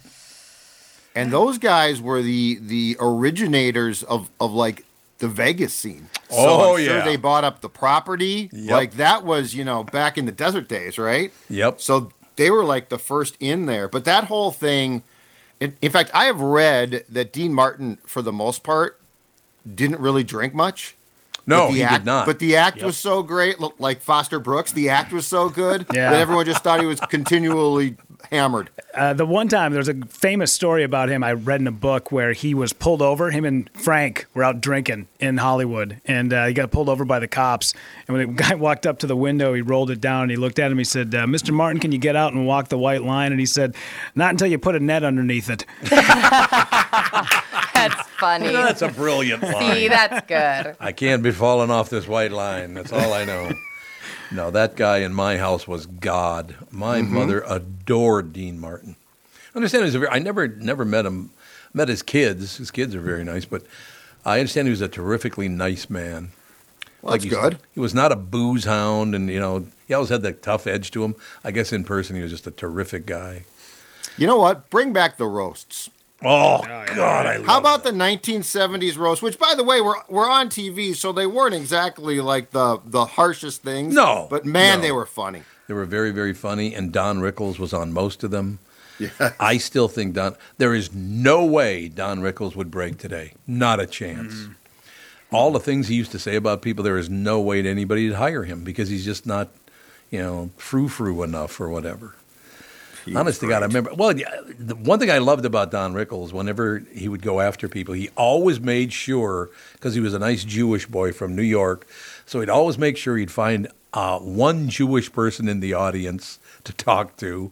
S3: And those guys were the the originators of of like the Vegas scene. So
S2: Oh,
S3: I'm sure
S2: yeah.
S3: they bought up the property.
S2: Yep.
S3: Like that was, you know, back in the desert days, right?
S2: Yep.
S3: So they were like the first in there. But that whole thing, in, in fact, I have read that Dean Martin, for the most part, didn't really drink much.
S2: No,
S3: But the
S2: he
S3: act,
S2: did not.
S3: But the act was so great, look, like Foster Brooks. The act was so good
S5: Yeah.
S3: that everyone just thought he was continually hammered.
S5: Uh, the one time there's a famous story about him I read in a book where he was pulled over. Him and Frank were out drinking in Hollywood, and uh, he got pulled over by the cops. And when the [LAUGHS] guy walked up to the window, he rolled it down. And he looked at him. He said, uh, "Mr. Martin, can you get out and walk the white line?" And he said, "Not until you put a net underneath it."
S4: That's funny.
S2: [LAUGHS] That's a brilliant line.
S4: See, that's good.
S2: I can't be falling off this white line. That's all I know. no, that guy in my house was God. My
S3: Mm-hmm.
S2: mother adored Dean Martin. understand he was a very, I never never met him. Met his kids. His kids are very nice, but I understand he was a terrifically nice man.
S3: Well, that's
S2: he's-
S3: good.
S2: He was not a booze hound, and you know he always had that tough edge to him. I guess in person he was just a terrific guy.
S3: You know what? Bring back the roasts.
S2: Oh, God, I love
S3: How about the 1970s roast? Which, by the way, were were on TV, so they weren't exactly like the the harshest things.
S2: No,
S3: but man,
S2: no.
S3: they were funny.
S2: They were very, very funny, and Don Rickles was on most of them. I still think Don. There is no way Don Rickles would break today. Not a chance. All the things he used to say about people, there is no way that anybody'd hire him because he's just not, you know, frou frou enough or whatever. Honest to God, I remember. Well, yeah, the one thing I loved about Don Rickles, whenever he would go after people, he always made sure because he was a nice Jewish boy from New York, so he'd always make sure he'd find uh, one Jewish person in the audience to talk to,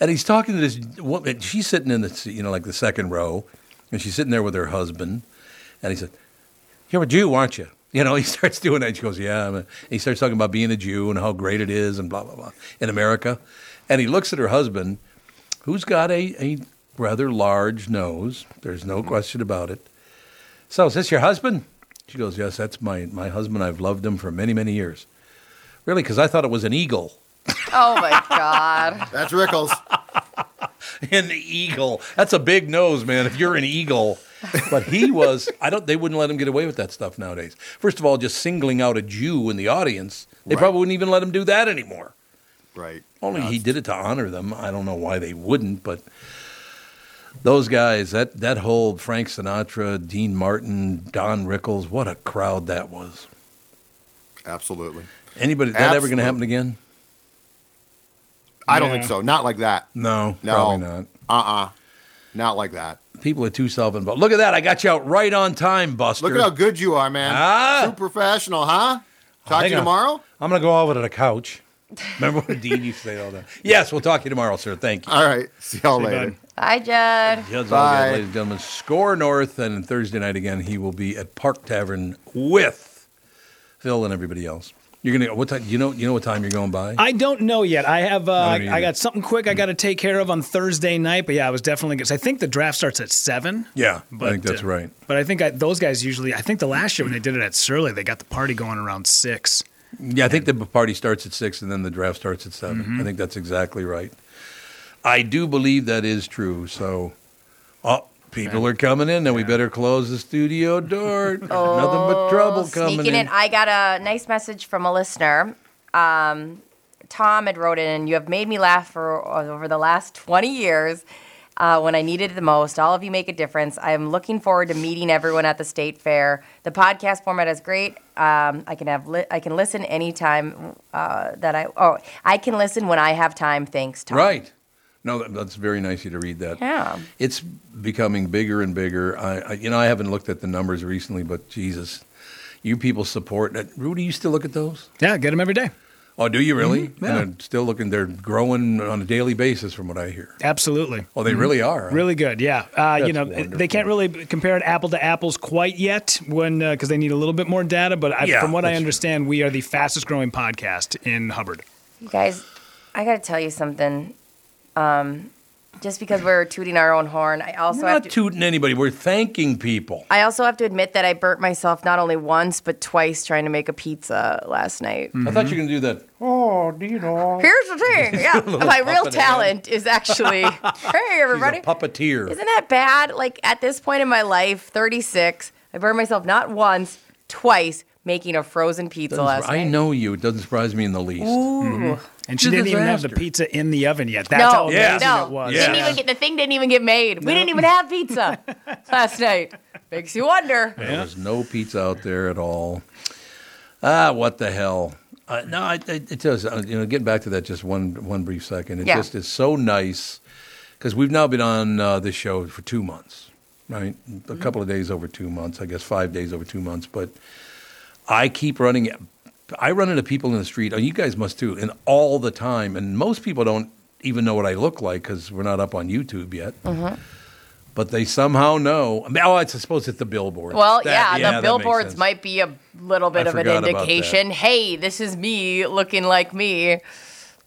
S2: and he's talking to this woman. She's sitting in the se- you know like the second row, and she's sitting there with her husband, and he said, "You're a Jew, aren't you?" You know, he [LAUGHS] starts doing that. She goes, "Yeah." I'm a-" he starts talking about being a Jew and how great it is and blah blah blah in America, and he looks at her husband, who's got a, a rather large nose. There's no question about it. So, is this your husband? She goes, "Yes, that's my my husband. I've loved him for many many years." Really, because I thought it was an eagle.
S4: Oh my god.
S2: [LAUGHS]
S3: That's Rickles.
S2: an eagle. That's a big nose, man. If you're an eagle, but he was. I don't. They wouldn't let him get away with that stuff nowadays. First of all, just singling out a Jew in the audience, they
S3: Right.
S2: probably wouldn't even let him do that anymore.
S3: right.
S2: Only he did it to honor them. I don't know why they wouldn't, but those guys, that that whole Frank Sinatra, Dean Martin, Don Rickles, what a crowd that was.
S3: Absolutely.
S2: Anybody that ever going to happen
S3: Absolutely.
S2: again?
S3: I don't think so. Not like that.
S2: No,
S3: No.
S2: probably not.
S3: Uh-uh. Not like that.
S2: People are too self-involved. Look at that! I got you out right on time, Buster.
S3: Look at how good you are, man.
S2: Ah.
S3: Too professional, huh? Talk to
S2: hang
S3: you
S2: on.
S3: tomorrow.
S2: I'm going to go over to the [LAUGHS] couch. Remember what Dean used to say all that? Yes, we'll talk to you tomorrow, sir. Thank you.
S3: All right. See y'all later.
S5: bud.
S4: Hi, Judd.
S2: Jud's all
S3: Bye.
S2: good, ladies and gentlemen. Score North, and Thursday night again, he will be at Park Tavern with Phil and everybody else. You're gonna what time? You know, you know what time you're going by?
S5: I don't know yet. I have uh,
S2: me
S5: I
S2: either. Mm.
S5: got something quick I got to take care of on Thursday night. But yeah, I was definitely because I think the draft starts at seven.
S2: yeah, I think
S5: But,
S2: that's
S5: uh,
S2: right.
S5: But I think I, those guys usually. I think the last year when they did it at Surly, they got the party going around six.
S2: Yeah, Mm-hmm. I think the party starts at six, and then the draft starts at 7 I think that's exactly right. I do believe that is true. So, oh, people are coming in, and we better close the studio door. Nothing but trouble coming
S4: Sneaking in. I got a nice message from a listener. Um, Tom had wrote in, "You have made me laugh for over the last 20 years, uh, when I needed it the most. All of you make a difference. I am looking forward to meeting everyone at the state fair. The podcast format is great. Um, I can have li- I can listen anytime uh, that I oh I can listen when I have time. Thanks, Tom.
S2: Right. No, that, that's very nice of you to read that.
S4: Yeah.
S2: It's becoming bigger and bigger. I, I, you know, I haven't looked at the numbers recently, but Jesus, you people support that. Rudy, you still look at those?
S5: Yeah, get them every day.
S2: Oh, do you really?
S5: Mhm, yeah.
S2: And they're still looking. They're growing on a daily basis, from what I hear.
S5: Absolutely.
S2: Oh, they really are, huh?
S5: Really good. Yeah. Uh, you
S2: That's
S5: know, they can't really compare it apple to apples quite yet when because they need a little bit more data. But I,
S2: Yeah,
S5: from what I
S2: that's true.
S5: understand, we are the fastest growing podcast in Hubbard.
S4: You guys, I got to tell you something. Um, just because we're tooting our own horn, I also
S2: We're
S4: have
S2: not
S4: to.
S2: tooting anybody. We're thanking people.
S4: I also have to admit that I burnt myself not only once but twice trying to make a pizza last night.
S5: Hmm.
S2: I thought you were going to do that.
S4: Oh, Dino. Here's the
S5: [LAUGHS]
S4: thing. Yeah, my real
S2: Puppet hand.
S4: talent is actually. hey, everybody.
S2: He's a puppeteer.
S4: Isn't that bad? Like at this point in my life, 36, I burned myself not once, twice making a frozen pizza
S2: Doesn't
S4: last
S2: sur- I
S4: night.
S2: know you. It doesn't surprise me in the least.
S4: Ooh.
S5: And she
S2: It's a
S5: didn't even have the
S2: disaster.
S5: pizza in the oven yet. That's
S4: no,
S5: how amazing
S4: no.
S5: it was.
S4: Didn't even get the thing. Didn't even get made. We didn't even have
S5: [LAUGHS]
S4: pizza last night. Makes you wonder.
S2: There was no pizza out there at all. Ah, what the hell? Uh, no, I, I- it does. Uh, you know, getting back to that just one one brief second. It
S4: Yeah.
S2: just is so nice because we've now been on uh, this show for two months, right? A couple of days over two months, I guess five days over two months. But I keep running. I run into people in the street. and You guys must too, and all the time. And most people don't even know what I look like because we're not up on YouTube yet.
S4: Mm-hmm.
S2: But they somehow know. I mean, oh, I suppose it's the billboard.
S4: Well, yeah, the billboards
S2: billboards
S4: might be a little bit
S2: I
S4: of an
S2: forgot about that.
S4: indication. Hey, this is me looking like me.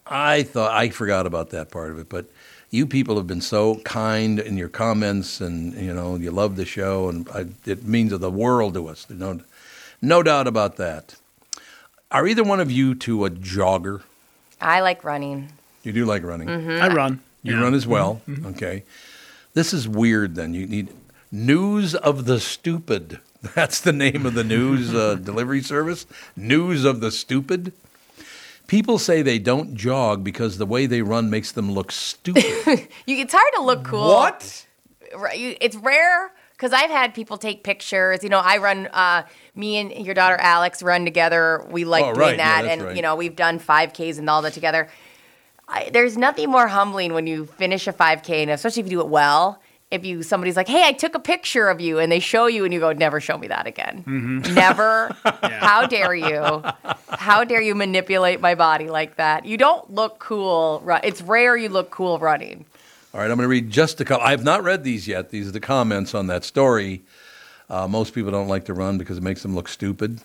S2: I thought I forgot about that part of it, but you people have been so kind in your comments, and you know you love the show, and I, it means the world to us. There's No, no doubt about that. Are either one of you two a jogger?
S4: I like running.
S2: You do like running.
S4: Mhm.
S5: I run.
S2: You run as well. Okay. This is weird then. You need News of the Stupid. [LAUGHS] That's the name of the news uh, delivery service. News of the Stupid. People say they don't jog because the way they run makes them look stupid.
S4: You, it's hard to look cool.
S2: What?
S4: Right, you- It's rare because I've had people take pictures. You know, I run. Uh, me and your daughter Alex run together. We like
S2: Oh,
S4: doing
S2: right. Yeah,
S4: that,
S2: that's
S4: and
S2: right.
S4: you know, we've done 5Ks and all that together. I, there's nothing more humbling when you finish a 5K, and especially if you do it well. If you somebody's like, "Hey, I took a picture of you," and they show you, and you go, "Never show me that again."
S2: Mm-hmm. [LAUGHS]
S4: Never. How dare you? How dare you manipulate my body like that? You don't look cool. ru- It's rare you look cool running.
S2: All right, I'm going to read just a couple. I've not read these yet. These are the comments on that story. Uh, most people don't like to run because it makes them look stupid.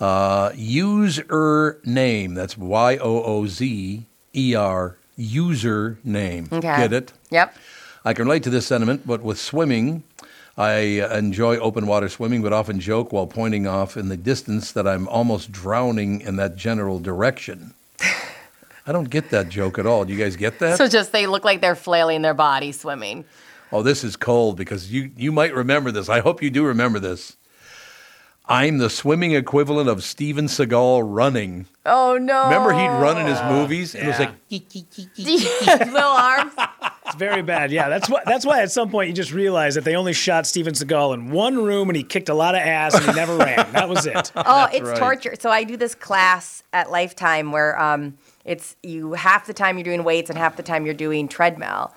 S2: Uh, user name. That's Y O O Z E R. User name.
S4: Okay.
S2: Get it?
S4: Yep.
S2: I can relate to this sentiment, but with swimming, I uh, enjoy open water swimming, but often joke while pointing off in the distance that I'm almost drowning in that general direction. [SIGHS] I don't get that joke at all. Do you guys get that?
S4: So just they look like they're flailing their body swimming.
S2: Oh, this is cold because you, you might remember this. I hope you do remember this. I'm the swimming equivalent of Steven Seagal running.
S4: Oh no!
S2: Remember he'd run in his movies? It was like,
S4: [LAUGHS] Little
S2: [LAUGHS]
S4: arms. Oh,
S5: It's very bad. Yeah, that's why. That's why at some point you just realize that they only shot Steven Seagal in one room and he kicked a lot of ass and he never ran. That was it.
S4: Oh, it's
S2: right.
S4: torture. So I do this class at Lifetime where um, it's you half the time you're doing weights and half the time you're doing treadmill,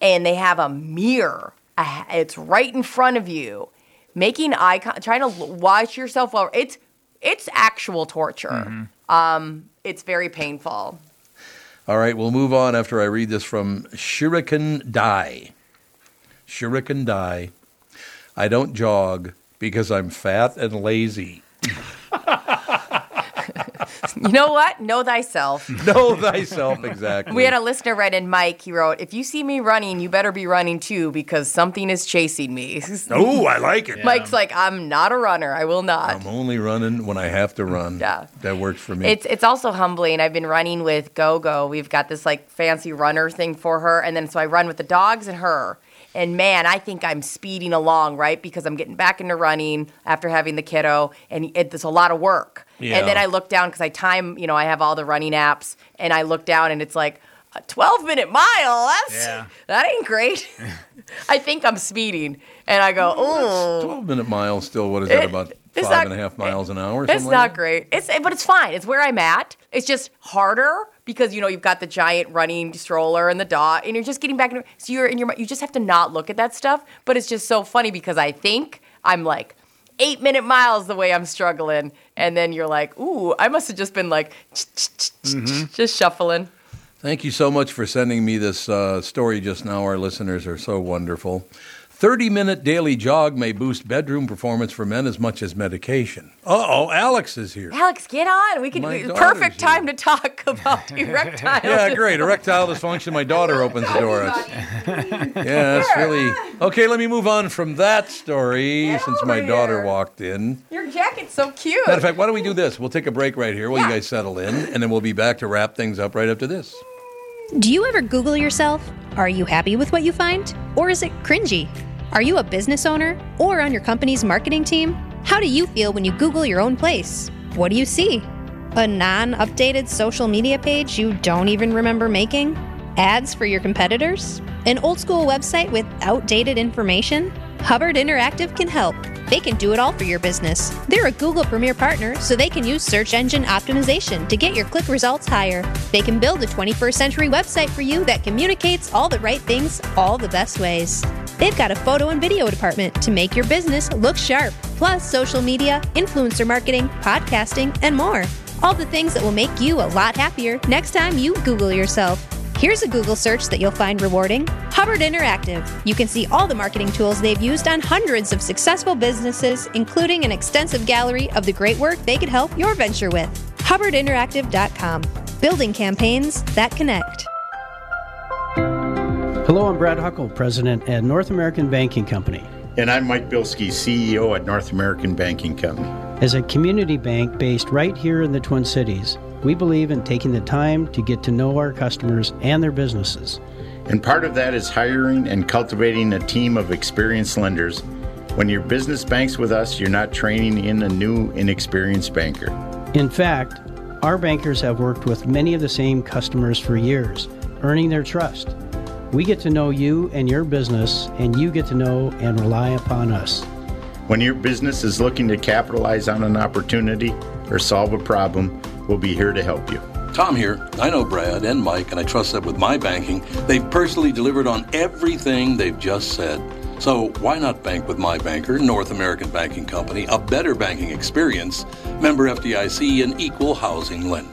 S4: and they have a mirror. A ha- It's right in front of you, making eye con- trying to l- watch yourself. While it's it's actual torture.
S2: Mm-hmm.
S4: Um, it's very painful.
S2: all right, we'll move on after I read this from Shuriken Dai. Shuriken Dai. I don't jog because I'm fat and lazy. [LAUGHS]
S4: You know what? Know thyself.
S2: Know thyself exactly.
S4: We had a listener write in, Mike. He wrote, "If you see me running, you better be running too, because something is chasing me." [LAUGHS]
S2: Oh, I like it.
S4: Mike's like, "I'm not a runner. I will not."
S2: I'm only running when I have to run.
S4: Yeah.
S2: That works for me.
S4: It's it's also humbling. I've been running with GoGo. We've got this like fancy runner thing for her, and then so I run with the dogs and her. And man, I think I'm speeding along, right? Because I'm getting back into running after having the kiddo, and it, it's a lot of work.
S2: Yeah.
S4: And then I look down because I time, you know, I have all the running apps, and I look down and it's like a 12 minute mile. That's
S2: Yeah.
S4: that ain't great. [LAUGHS] I think I'm speeding, and I go, ooh,
S2: Twelve minute mile still. What is that
S4: It-
S2: about
S4: it's
S2: five
S4: not-
S2: and a half miles an hour? or
S4: It's
S2: something like
S4: not great. It's but it's fine. It's where I'm at. It's just harder because you know you've got the giant running stroller and the dog, and you're just getting back. In, so you're in your mi- you just have to not look at that stuff. But it's just so funny because I think I'm like eight minute miles the way I'm struggling, and then you're like, ooh, I must have just been like
S2: Mm-hmm.
S4: just shuffling.
S2: Thank you so much for sending me this uh, story just now. Our listeners are so wonderful. 30 minute daily jog may boost bedroom performance for men as much as medication. Uh oh, Alex is here.
S4: Alex, get on. We can
S2: My daughter's
S4: perfect time to talk [LAUGHS]
S2: [LAUGHS]
S4: about erectile.
S2: Yeah, great. Erectile dysfunction. My daughter opens the door. Yeah, that's really. Okay, let me move on from that story since my daughter walked in.
S4: [LAUGHS] Your jacket's so cute.
S2: Matter of fact, why don't we do this? We'll take a break right here while you guys settle in, and then we'll be back to wrap things up right after this.
S9: Do you ever Google yourself? Are you happy with what you find? Or is it cringy? Are you a business owner or on your company's marketing team? How do you feel when you Google your own place? What do you see? A non updated social media page you don't even remember making? Ads for your competitors? An old school website with outdated information? Hubbard Interactive can help. They can do it all for your business. They're a Google Premier partner, so they can use search engine optimization to get your click results higher. They can build a 21st century website for you that communicates all the right things all the best ways. They've got a photo and video department to make your business look sharp, plus social media, influencer marketing, podcasting, and more. All the things that will make you a lot happier next time you Google yourself. Here's a Google search that you'll find rewarding Hubbard Interactive. You can see all the marketing tools they've used on hundreds of successful businesses, including an extensive gallery of the great work they could help your venture with. HubbardInteractive.com, building campaigns that connect.
S10: Hello, I'm Brad Huckle, president at North American Banking Company.
S11: And I'm Mike Bilski, CEO at North American Banking Company.
S10: As a community bank based right here in the Twin Cities, we believe in taking the time to get to know our customers and their businesses.
S11: And part of that is hiring and cultivating a team of experienced lenders. When your business banks with us, you're not training in a new, inexperienced banker.
S10: In fact, our bankers have worked with many of the same customers for years, earning their trust. We get to know you and your business, and you get to know and rely upon us.
S11: When your business is looking to capitalize on an opportunity or solve a problem, we'll be here to help you.
S2: Tom here. I know Brad and Mike, and I trust that with my banking, they've personally delivered on everything they've just said. So why not bank with my banker, North American Banking Company, a better banking experience, member FDIC, an equal housing lender?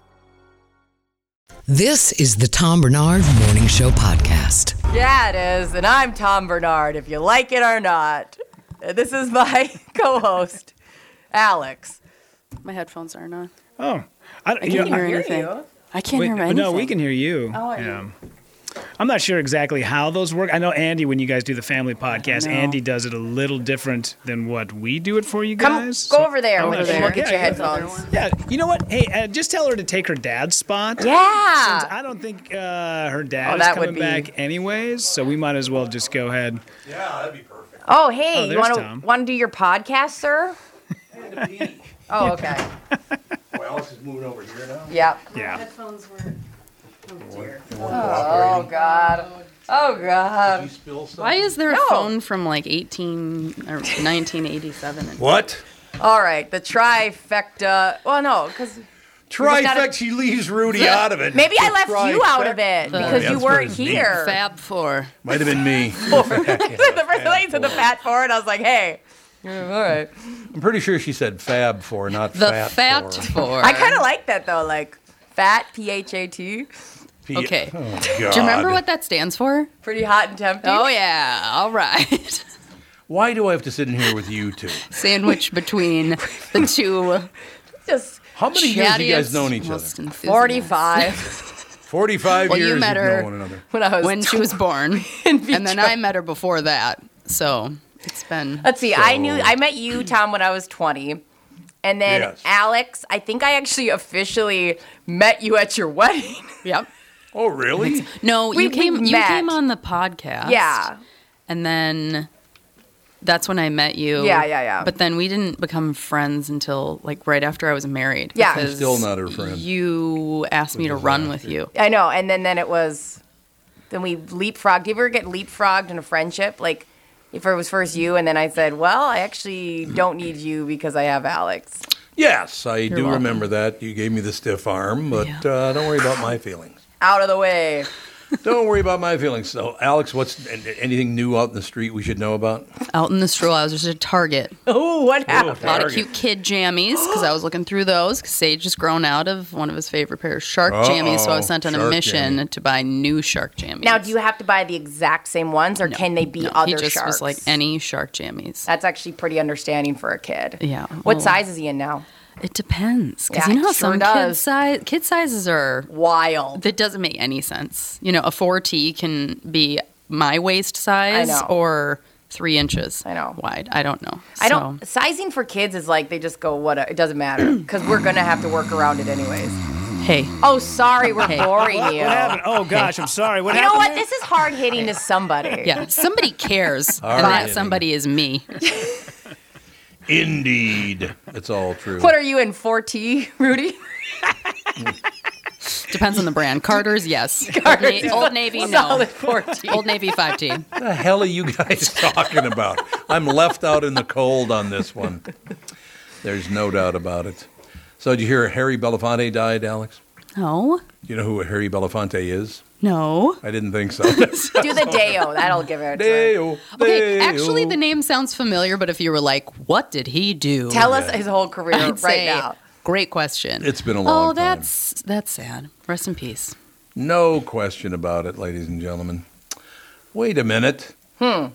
S1: This is the Tom Bernard Morning Show Podcast.
S4: Yeah, it is. And I'm Tom Bernard, if you like it or not. And This is my [LAUGHS] co host, Alex.
S12: My headphones aren't on.
S5: Oh,
S12: I can't hear anything. I can't
S5: Wait,
S12: hear
S5: but
S12: anything.
S5: No, we can hear you.
S12: Oh, I
S5: yeah. I'm not sure exactly how those work. I know Andy, when you guys do the family podcast,
S12: know.
S5: Andy does it a little different than what we do it for you
S4: Come,
S5: guys.
S4: go over there
S5: I'm
S4: with
S5: not
S4: me.
S5: sure.
S4: We'll get
S5: Yeah,
S4: your
S5: yeah.
S4: headphones.
S5: Yeah, you know what? Hey, uh, just tell her to take her dad's spot.
S4: Yeah.
S5: Since I don't think uh, her
S4: Oh,
S5: dad is
S4: that would
S5: coming
S4: be-
S5: back anyways, so we might as well just go ahead.
S4: Oh, hey,
S5: Oh,
S4: you
S5: there's
S4: want
S5: Tom.
S4: to want to do your podcast, sir? oh, okay.
S2: Well, Alex is moving over here now.
S4: Yep.
S12: Headphones were.
S4: Oh God. Oh God.
S12: Why is there a
S4: No.
S12: phone from like 18 or 1987? in-
S2: What?
S4: All right, the trifecta. Well, no, because
S2: Trifecta, she leaves
S4: [LAUGHS]
S2: Rudy out of it.
S4: Maybe I
S2: The
S4: left you out of
S2: trifecta.
S4: it because you weren't here. [LAUGHS]
S12: Fab Four.
S2: Might have been me.
S4: the first lady to the fat forward, I was like, hey. Yeah, all right.
S2: I'm pretty sure she said fab for, not
S4: The
S2: fat.
S4: fat
S2: for.
S4: I kind of like that though, like fat P H A T.
S2: P-
S12: Okay.
S2: Oh,
S12: Do you remember
S2: God.
S12: what that stands for?
S4: Pretty hot and tempting.
S12: Oh yeah. All right. [LAUGHS]
S2: Why do I have to sit in here with you two?
S12: Sandwich between the two.
S2: [LAUGHS]
S4: Just
S2: How many years you guys
S12: chattiest,
S2: known each other?
S12: most enthusiasts.
S4: 45.
S2: Forty-five
S12: well,
S2: years
S12: you met
S2: of
S12: her
S2: knowing one another.
S12: [LAUGHS] when I was when she
S4: [LAUGHS]
S12: was born, and then I met her before that. So it's been.
S4: Let's see. I knew I met you, Tom, when I was 20. And then
S12: Yes.
S4: Alex, I think I actually officially met you at your wedding.
S12: Yep.
S2: Oh,
S12: Mm-hmm.
S2: really?
S12: No,
S4: We-
S12: you came.
S4: we
S12: You
S4: met.
S12: came on the podcast.
S4: Yeah.
S12: and then that's when I met you.
S4: Yeah, yeah, yeah.
S12: But then we didn't become friends until like right after I was married.
S4: Yeah. I'm
S12: because
S2: still not her friend.
S12: You asked me to run with you.
S4: I know. And then then it was then we leapfrogged. Do you ever get leapfrogged in a friendship? Like if it was first you and then I said, Well, I actually don't need you because I have Alex.
S2: Yes, I do
S4: welcome.
S2: remember that. You gave me the stiff arm, but uh, don't worry about my feelings.
S4: Out of the way. [LAUGHS]
S2: don't worry about my feelings. So, Alex, what's an- anything new out in the street we should know about?
S12: Out in the stroll, I was just at Target.
S4: Oh, what
S2: happened?
S12: a lot of
S2: Target.
S12: cute kid jammies because I was looking through those because Sage has grown out of one of his favorite pairs, shark jammies. So I was
S4: Uh-oh,
S12: sent on a
S4: shark
S12: mission to buy new shark jammies.
S4: Now do you have to buy the exact same ones or can they be other
S12: he just
S4: sharks?
S12: was like any shark jammies.
S4: That's actually pretty understanding for a kid.
S12: Yeah.
S4: What
S12: well,
S4: size is he in now?
S12: It depends because
S4: Yeah,
S12: you know how
S4: it sure
S12: some
S4: does.
S12: kid size kid sizes are
S4: wild.
S12: That doesn't make any sense. You know, a four T can be my waist size
S4: know.
S12: or three inches. I
S4: know
S12: wide. I don't know.
S4: I
S12: So-
S4: don't sizing for kids is like they just go what it doesn't matter because we're gonna have to work around it anyways.
S12: Hey.
S4: Oh, sorry, we're boring you.
S5: What happened? Oh gosh, I'm sorry. What
S4: you know what?
S5: happened?
S4: This is hard hitting to somebody.
S12: Yeah,
S2: [LAUGHS]
S12: somebody cares,
S2: All
S12: and
S2: right.
S12: that somebody is me.
S2: Indeed. It's all true.
S4: What are you in 4T,
S5: [LAUGHS]
S4: Rudy?
S12: Depends on the brand. Carter's, yes.
S4: [LAUGHS]
S12: Old,
S4: Carter's
S12: Na-
S4: is
S12: Old Navy, no.
S4: solid
S12: [LAUGHS]
S4: 14.
S12: Old Navy,
S4: [LAUGHS]
S12: 5T.
S2: the hell are you guys
S12: [LAUGHS]
S2: talking about? I'm left out in the cold on this one. There's no doubt about it. So, did you hear Harry Belafonte died, Alex?
S12: No,
S2: Do you know who Harry Belafonte is?
S12: no.
S2: I didn't think so.
S4: Do the Deo. That'll give it.
S2: Deo.
S12: Okay, actually,
S2: oh.
S12: the name sounds familiar, but if you were like, what did he do?
S4: Tell us his whole career
S12: I'd
S4: right
S12: say,
S4: now.
S12: Great question.
S2: It's been a long
S12: Oh, that's that's sad. Rest in peace.
S2: No question about it, ladies and gentlemen. Wait a minute.
S12: Hmm.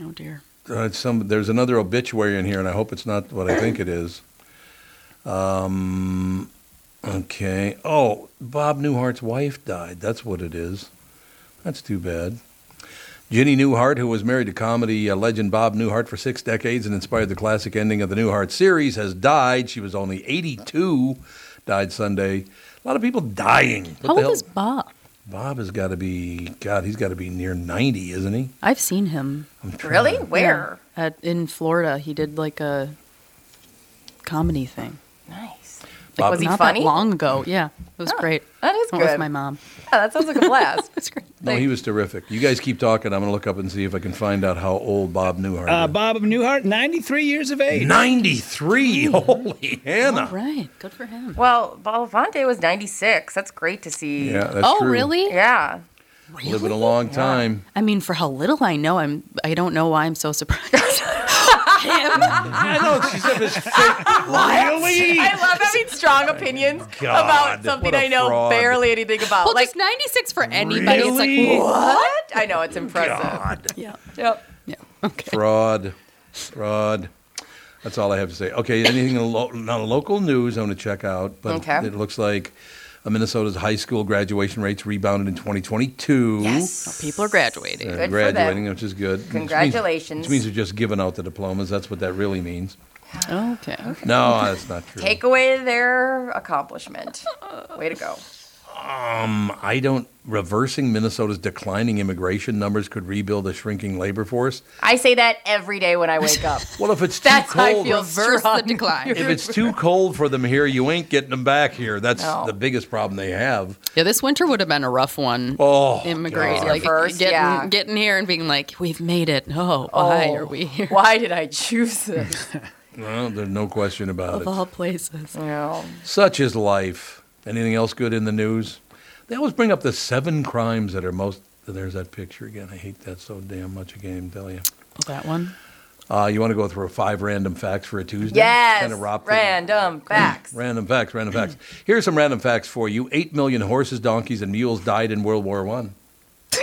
S12: Oh dear.
S2: Uh, some, there's another obituary in here, and I hope it's not what I think it is. Um, okay. Oh, Bob Newhart's wife died. That's what it is. That's too bad. Ginny Newhart, who was married to comedy uh, legend Bob Newhart for six decades and inspired the classic ending of the Newhart series, has died. She was only 82, died Sunday. A lot of people dying. What
S12: How
S2: the
S12: old
S2: hell?
S12: is Bob?
S2: Bob has got to be, God, he's got to be near 90, isn't he?
S12: I've seen him.
S4: Really? Where?
S12: Yeah, at, in Florida, he did like a comedy thing.
S4: Nice.
S12: Like,
S2: Bob-
S12: was he
S2: Not that
S12: funny?
S2: long
S12: ago. Yeah, it was great.
S4: That is
S12: Went
S4: good.
S12: With my mom.
S4: Yeah, that sounds like a [LAUGHS]
S12: [LAUGHS]
S4: blast.
S12: That's great.
S2: No, he was terrific. You guys keep talking. I'm going to look up and see if I can find out how old Bob Newhart
S5: Uh, Bob Newhart, 93 years of
S2: is.
S5: age.
S2: 93. Holy Hannah.
S12: Right. Good for him.
S4: Well, Belafonte was 96. That's great to see.
S2: Yeah, that's Oh, true. really?
S4: Yeah.
S2: Living a long time.
S12: I mean, for how little I know, I'm. I don't know why I'm so surprised.
S4: [LAUGHS]
S12: [LAUGHS]
S2: I know. She's up his Really?
S4: I love having strong opinions
S2: [LAUGHS] God,
S4: about something
S2: what a
S4: I know
S2: fraud.
S4: barely anything about.
S12: Well,
S4: like
S12: just 96 for anybody.
S4: Really?
S12: It's like
S4: what? I know it's impressive.
S12: Yeah.
S4: Yep.
S2: Fraud. Fraud. That's all I have to say. Okay, anything in lo- non local news I'm going to check out, but
S4: Okay.
S2: it looks like uh, Minnesota's high school graduation rates rebounded in 2022.
S12: Yes. People are graduating.
S2: They're graduating, which is good. Which means-
S4: Congratulations.
S2: Which means, they're just giving out the diplomas. That's what that really means.
S12: Okay. okay.
S2: No, that's not true.
S4: Take away their [LAUGHS] accomplishment. Way to go.
S2: Um, I don't. Reversing Minnesota's declining immigration numbers could rebuild a shrinking labor force.
S4: I say that every day when I wake up.
S2: Well, if it's too
S4: That's how I
S2: cold,
S4: feel
S12: Reverse
S4: strong.
S12: the
S2: [LAUGHS]
S12: decline.
S2: if it's too cold for them here, you ain't getting them back here. That's
S12: No.
S2: the biggest problem they have.
S12: Yeah, this winter would have been a rough one.
S2: Oh,
S12: immigrate
S2: God.
S12: like
S4: Reverse,
S12: getting
S4: yeah.
S12: getting here and being like, we've made it. Oh, why
S4: Oh,
S12: are we here?
S4: [LAUGHS] Why did I [LAUGHS] choose this?
S2: Well, there's no question about
S12: [LAUGHS] of
S2: it.
S12: all
S2: Oh,
S12: places?
S4: No.
S2: Such is life. Anything else good in the news? They always bring up the seven crimes that are most. There's that picture again. I hate that so damn much. I can't even tell you.
S12: that one.
S2: Uh, you want to go through five random facts for a Tuesday?
S4: Yes.
S2: Kind of rob things.
S4: random facts.
S2: Random facts, random facts. Here's some random facts for you. Eight million horses, donkeys, and mules died in World War One.
S4: Is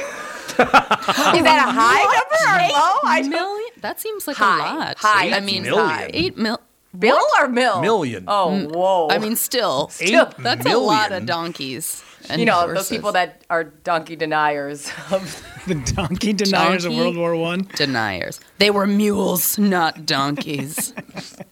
S4: that a high number or low? Oh, I don't-
S12: Million? That seems like
S4: High.
S12: a lot.
S4: High.
S12: I
S4: That's
S12: mean,
S2: million.
S12: eight mil. Bill or mill?
S2: Million.
S12: Oh,
S4: whoa.
S12: I mean, still.
S4: Eight
S12: Still. That's a lot
S4: million?
S12: of donkeys. And
S4: you know
S12: horses.
S4: those people that are donkey deniers. [LAUGHS] of-
S5: The donkey deniers of
S12: Donkey
S5: World War One.
S12: Deniers. They were mules, not
S4: [LAUGHS]
S12: donkeys.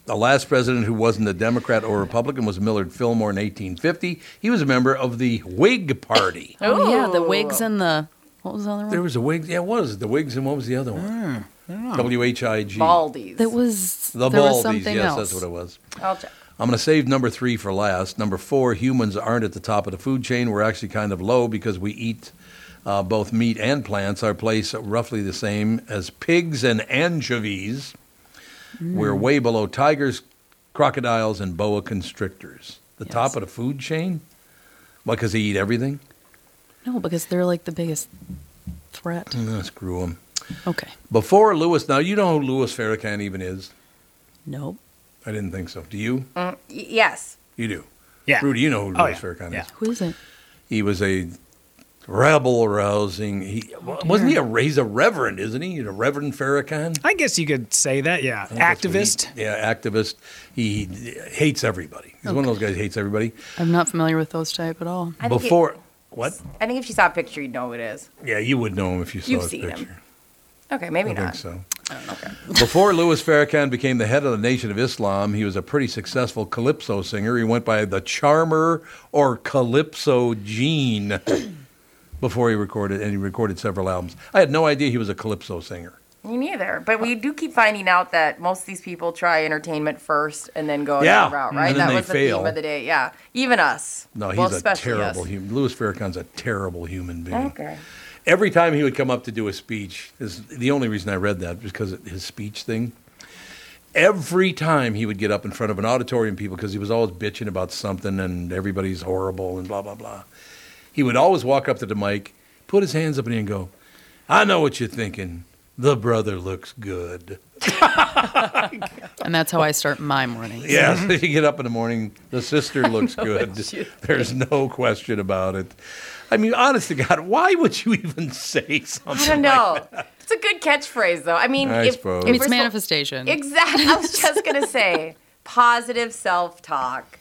S2: The last president who wasn't a Democrat or Republican was Millard Fillmore in 1850. He was a member of the Whig Party.
S12: oh, yeah. The wigs and the. What was the other one?
S2: There was a Whig. Yeah, it was the Whigs, and what was the other one?
S12: Hmm,
S2: W H I G.
S4: Baldies.
S12: That was.
S2: The
S12: there was
S2: Baldies.
S12: something
S2: yes,
S12: else.
S2: that's what it was.
S4: I'll check.
S2: I'm going to save number three for last. Number four, humans aren't at the top of the food chain. We're actually kind of low because we eat uh, both meat and plants. Our place roughly the same as pigs and anchovies. We're
S13: Mm.
S2: way below tigers, crocodiles, and boa constrictors. The top of the food chain? Why, because they eat everything?
S12: No, because they're like the biggest threat.
S5: Mm-hmm.
S2: Mm, screw them.
S12: Okay.
S2: Before Lewis, now you know who Louis Farrakhan even is.
S12: No.
S2: I didn't think so. Do you?
S4: Mm, y- yes.
S2: You do.
S5: Yeah.
S2: Rudy, you know who Louis
S5: Oh, yeah.
S2: Farrakhan is.
S12: Who is it?
S2: He was a rebel rousing. He wasn't he a he's a reverend, isn't he? A reverend Farrakhan.
S5: I guess you could say that. Yeah,
S2: I think that's what he-
S5: activist.
S2: yeah, activist. He hates everybody. He's one of those guys who hates everybody.
S12: I'm not familiar with those type at all.
S4: I think it-
S2: Before what?
S4: I think if you saw a picture, you'd know who it is.
S2: Yeah, you would know him if you saw
S4: You've
S2: his
S4: seen
S2: picture.
S4: him. Oh, Okay, maybe
S2: I think
S4: not.
S2: so.
S4: [LAUGHS]
S2: Before Louis Farrakhan became the head of the Nation of Islam, he was a pretty successful calypso singer. He went by the Charmer or Calypso Gene [COUGHS] before he recorded, and he recorded several albums. I had no idea he was a calypso singer.
S4: Me neither. But we do keep finding out that most of these people try entertainment first and then go
S2: Yeah.
S4: another route,
S2: Mhm.
S4: right?
S2: And then
S4: that
S2: they
S4: was the
S2: fail.
S4: theme of the day. Yeah. Even us.
S2: No, he's
S4: Well,
S2: a
S4: especially
S2: terrible
S4: us.
S2: human. Louis Farrakhan's a terrible human being.
S4: Okay.
S2: Every time he would come up to do a speech, this is the only reason I read that was because of his speech thing. Every time he would get up in front of an auditorium, people, because he was always bitching about something and everybody's horrible and blah, blah, blah. He would always walk up to the mic, put his hands up in the air and go, I know what you're thinking. The brother looks good.
S12: And that's how I start my morning.
S2: [LAUGHS] Yes, if you get up in the morning, the sister looks
S12: know
S2: good. [LAUGHS]
S12: what you
S2: There's no question about it. I mean, honest to God, why would you even say something?
S4: I don't
S2: like [LAUGHS]
S4: know. it's a good catchfphrase, though. I mean,
S2: I
S4: if,
S2: suppose.
S4: if
S2: It's
S4: we're so-
S12: manifestation.
S4: Exactly. I was just
S12: [LAUGHS]
S4: gonna say positive self-talk.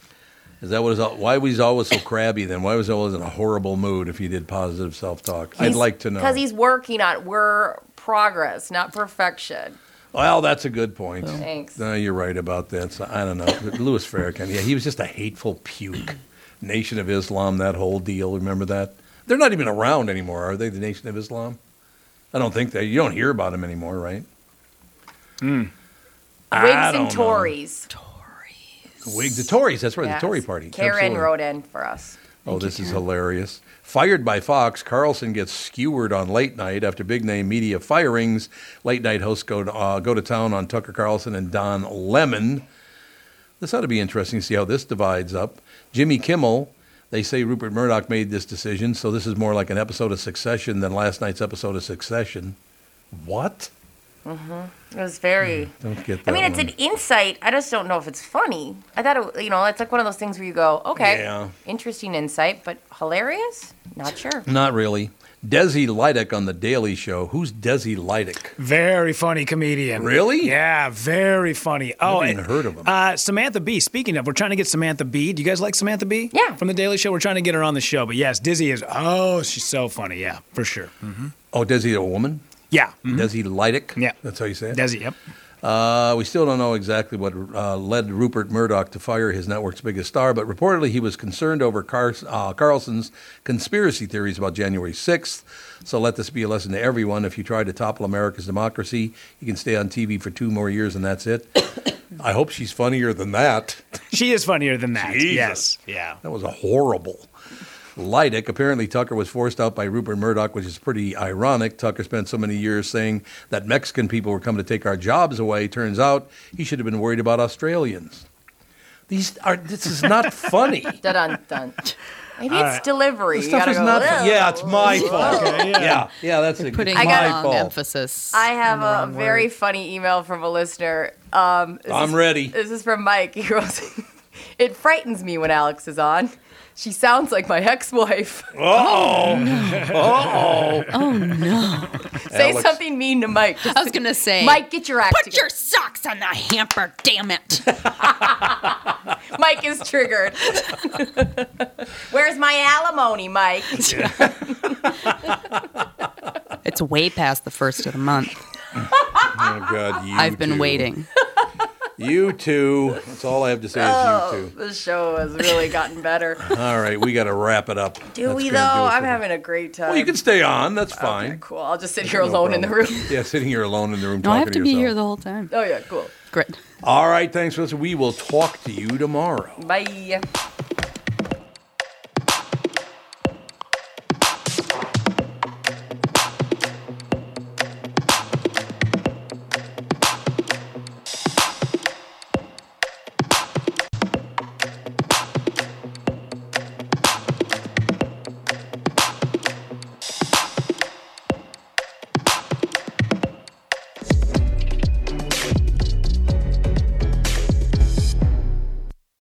S2: Is that what is? Why was he always so crabby then? Why was he always in a horrible mood if he did positive self talk? I'd like to know.
S4: Because he's working on we're progress, not perfection.
S2: Well, that's a good point.
S4: Thanks.
S2: No, you're right about that. So, I don't know. Louis Farrakhan, yeah, he was just a hateful puke. Nation of Islam, that whole deal. Remember that? They're not even around anymore, are they? The Nation of Islam? I don't think they. You don't hear about them anymore, right? I
S4: Whigs
S2: don't
S4: and
S2: know.
S4: Tories.
S2: Whigs, the Tories. That's right,
S4: Yes.
S2: the Tory party.
S4: Karen
S2: Absolutely.
S4: wrote in for us.
S2: Oh, this is hilarious. Fired by Fox, Carlson gets skewered on late night after big name media firings. Late night hosts go to, uh, go to town on Tucker Carlson and Don Lemon. This ought to be interesting to see how this divides up. Jimmy Kimmel, they say Rupert Murdoch made this decision, so this is more like an episode of Succession than last night's episode of Succession. What?
S4: Mm-hmm. It was very.
S2: Don't get that.
S4: I mean, it's
S2: one.
S4: an insight. I just don't know if it's funny. I thought, it, you know, it's like one of those things where you go, okay,
S2: Yeah.
S4: interesting insight, but hilarious?
S2: [LAUGHS]
S4: Not sure.
S2: Not really. Desi Lydic on The Daily Show. Who's Desi Lydic?
S5: Very funny comedian.
S2: Really?
S5: Yeah, very funny. Oh,
S2: even heard of him.
S5: Uh, Samantha Bee. Speaking of, we're trying to get Samantha Bee. Do you guys like Samantha Bee? Yeah. From the Daily Show, we're trying to get her on the show. But yes, Dizzy is. Oh, she's so funny. Yeah, for sure. Mm-hmm.
S2: Oh, Desi, a woman?
S5: Yeah.
S4: Hmm?
S2: Desi Lydic? Yeah. That's how you say it?
S5: Desi, yep.
S2: Uh, we still don't know exactly what uh, led Rupert Murdoch to fire his network's biggest star, but reportedly he was concerned over Car- uh, Carlson's conspiracy theories about January 6th. So let this be a lesson to everyone. If you try to topple America's democracy, you can stay on TV for two more years and that's it. [COUGHS] I hope she's funnier than that.
S5: She is funnier than that.
S2: Jesus.
S5: Yes. Yeah.
S2: That was a horrible. Lydic. Apparently, Tucker was forced out by Rupert Murdoch, which is pretty ironic. Tucker spent so many years saying that Mexican people were coming to take our jobs away. Turns out he should have been worried about Australians. These are. This is
S4: [LAUGHS]
S2: not funny.
S4: Dun dun dun. Maybe
S2: All
S4: it's
S2: right.
S4: delivery.
S2: This
S4: You
S2: stuff
S4: gotta
S2: is
S4: go,
S2: not.
S4: "Ugh."
S2: Yeah, it's
S4: [LAUGHS]
S2: my fault.
S4: Okay,
S2: yeah.
S4: yeah.
S2: yeah, that's it.
S12: Putting
S2: it's my
S12: wrong
S2: fault.
S12: emphasis.
S4: I
S12: on
S4: have
S12: the
S4: a
S12: wrong
S4: very
S12: word.
S4: funny email from a listener. Um, this
S2: I'm
S12: [LAUGHS]
S4: is-
S2: ready.
S4: [LAUGHS] This is from Mike. He goes, It frightens me when Alex is on. She sounds like my ex-wife. [LAUGHS]
S2: Oh, oh,
S12: oh [LAUGHS] no!
S4: Say
S12: Alex.
S4: something mean to Mike. I was
S12: gonna say,
S4: Mike, get your act.
S12: Put
S4: together.
S12: your socks on the hamper, damn it!
S4: Mike is triggered. Where's my alimony, Mike?
S12: It's way past the first of the month.
S2: Oh God, you
S12: I've been
S2: two.
S12: waiting.
S2: You two. That's all I have to say is you
S4: Oh,
S2: two.
S4: the show has really gotten
S2: [LAUGHS]
S4: better.
S2: All right, we got to wrap it up.
S4: Do
S2: That's
S4: we
S2: gonna
S4: though?
S2: do it
S4: I'm
S2: for-
S4: having a great time.
S2: Well, you can stay on. That's fine.
S4: Cool. I'll just sit here
S2: No
S4: alone in the
S2: problem.
S4: room. [LAUGHS]
S2: Yeah, sitting here alone in the room
S12: No, I
S2: talking
S12: have to
S2: yourself.
S12: be here the whole time.
S4: Oh yeah, cool.
S12: Great.
S2: All right, thanks for listening. We will talk to you tomorrow.
S4: Bye.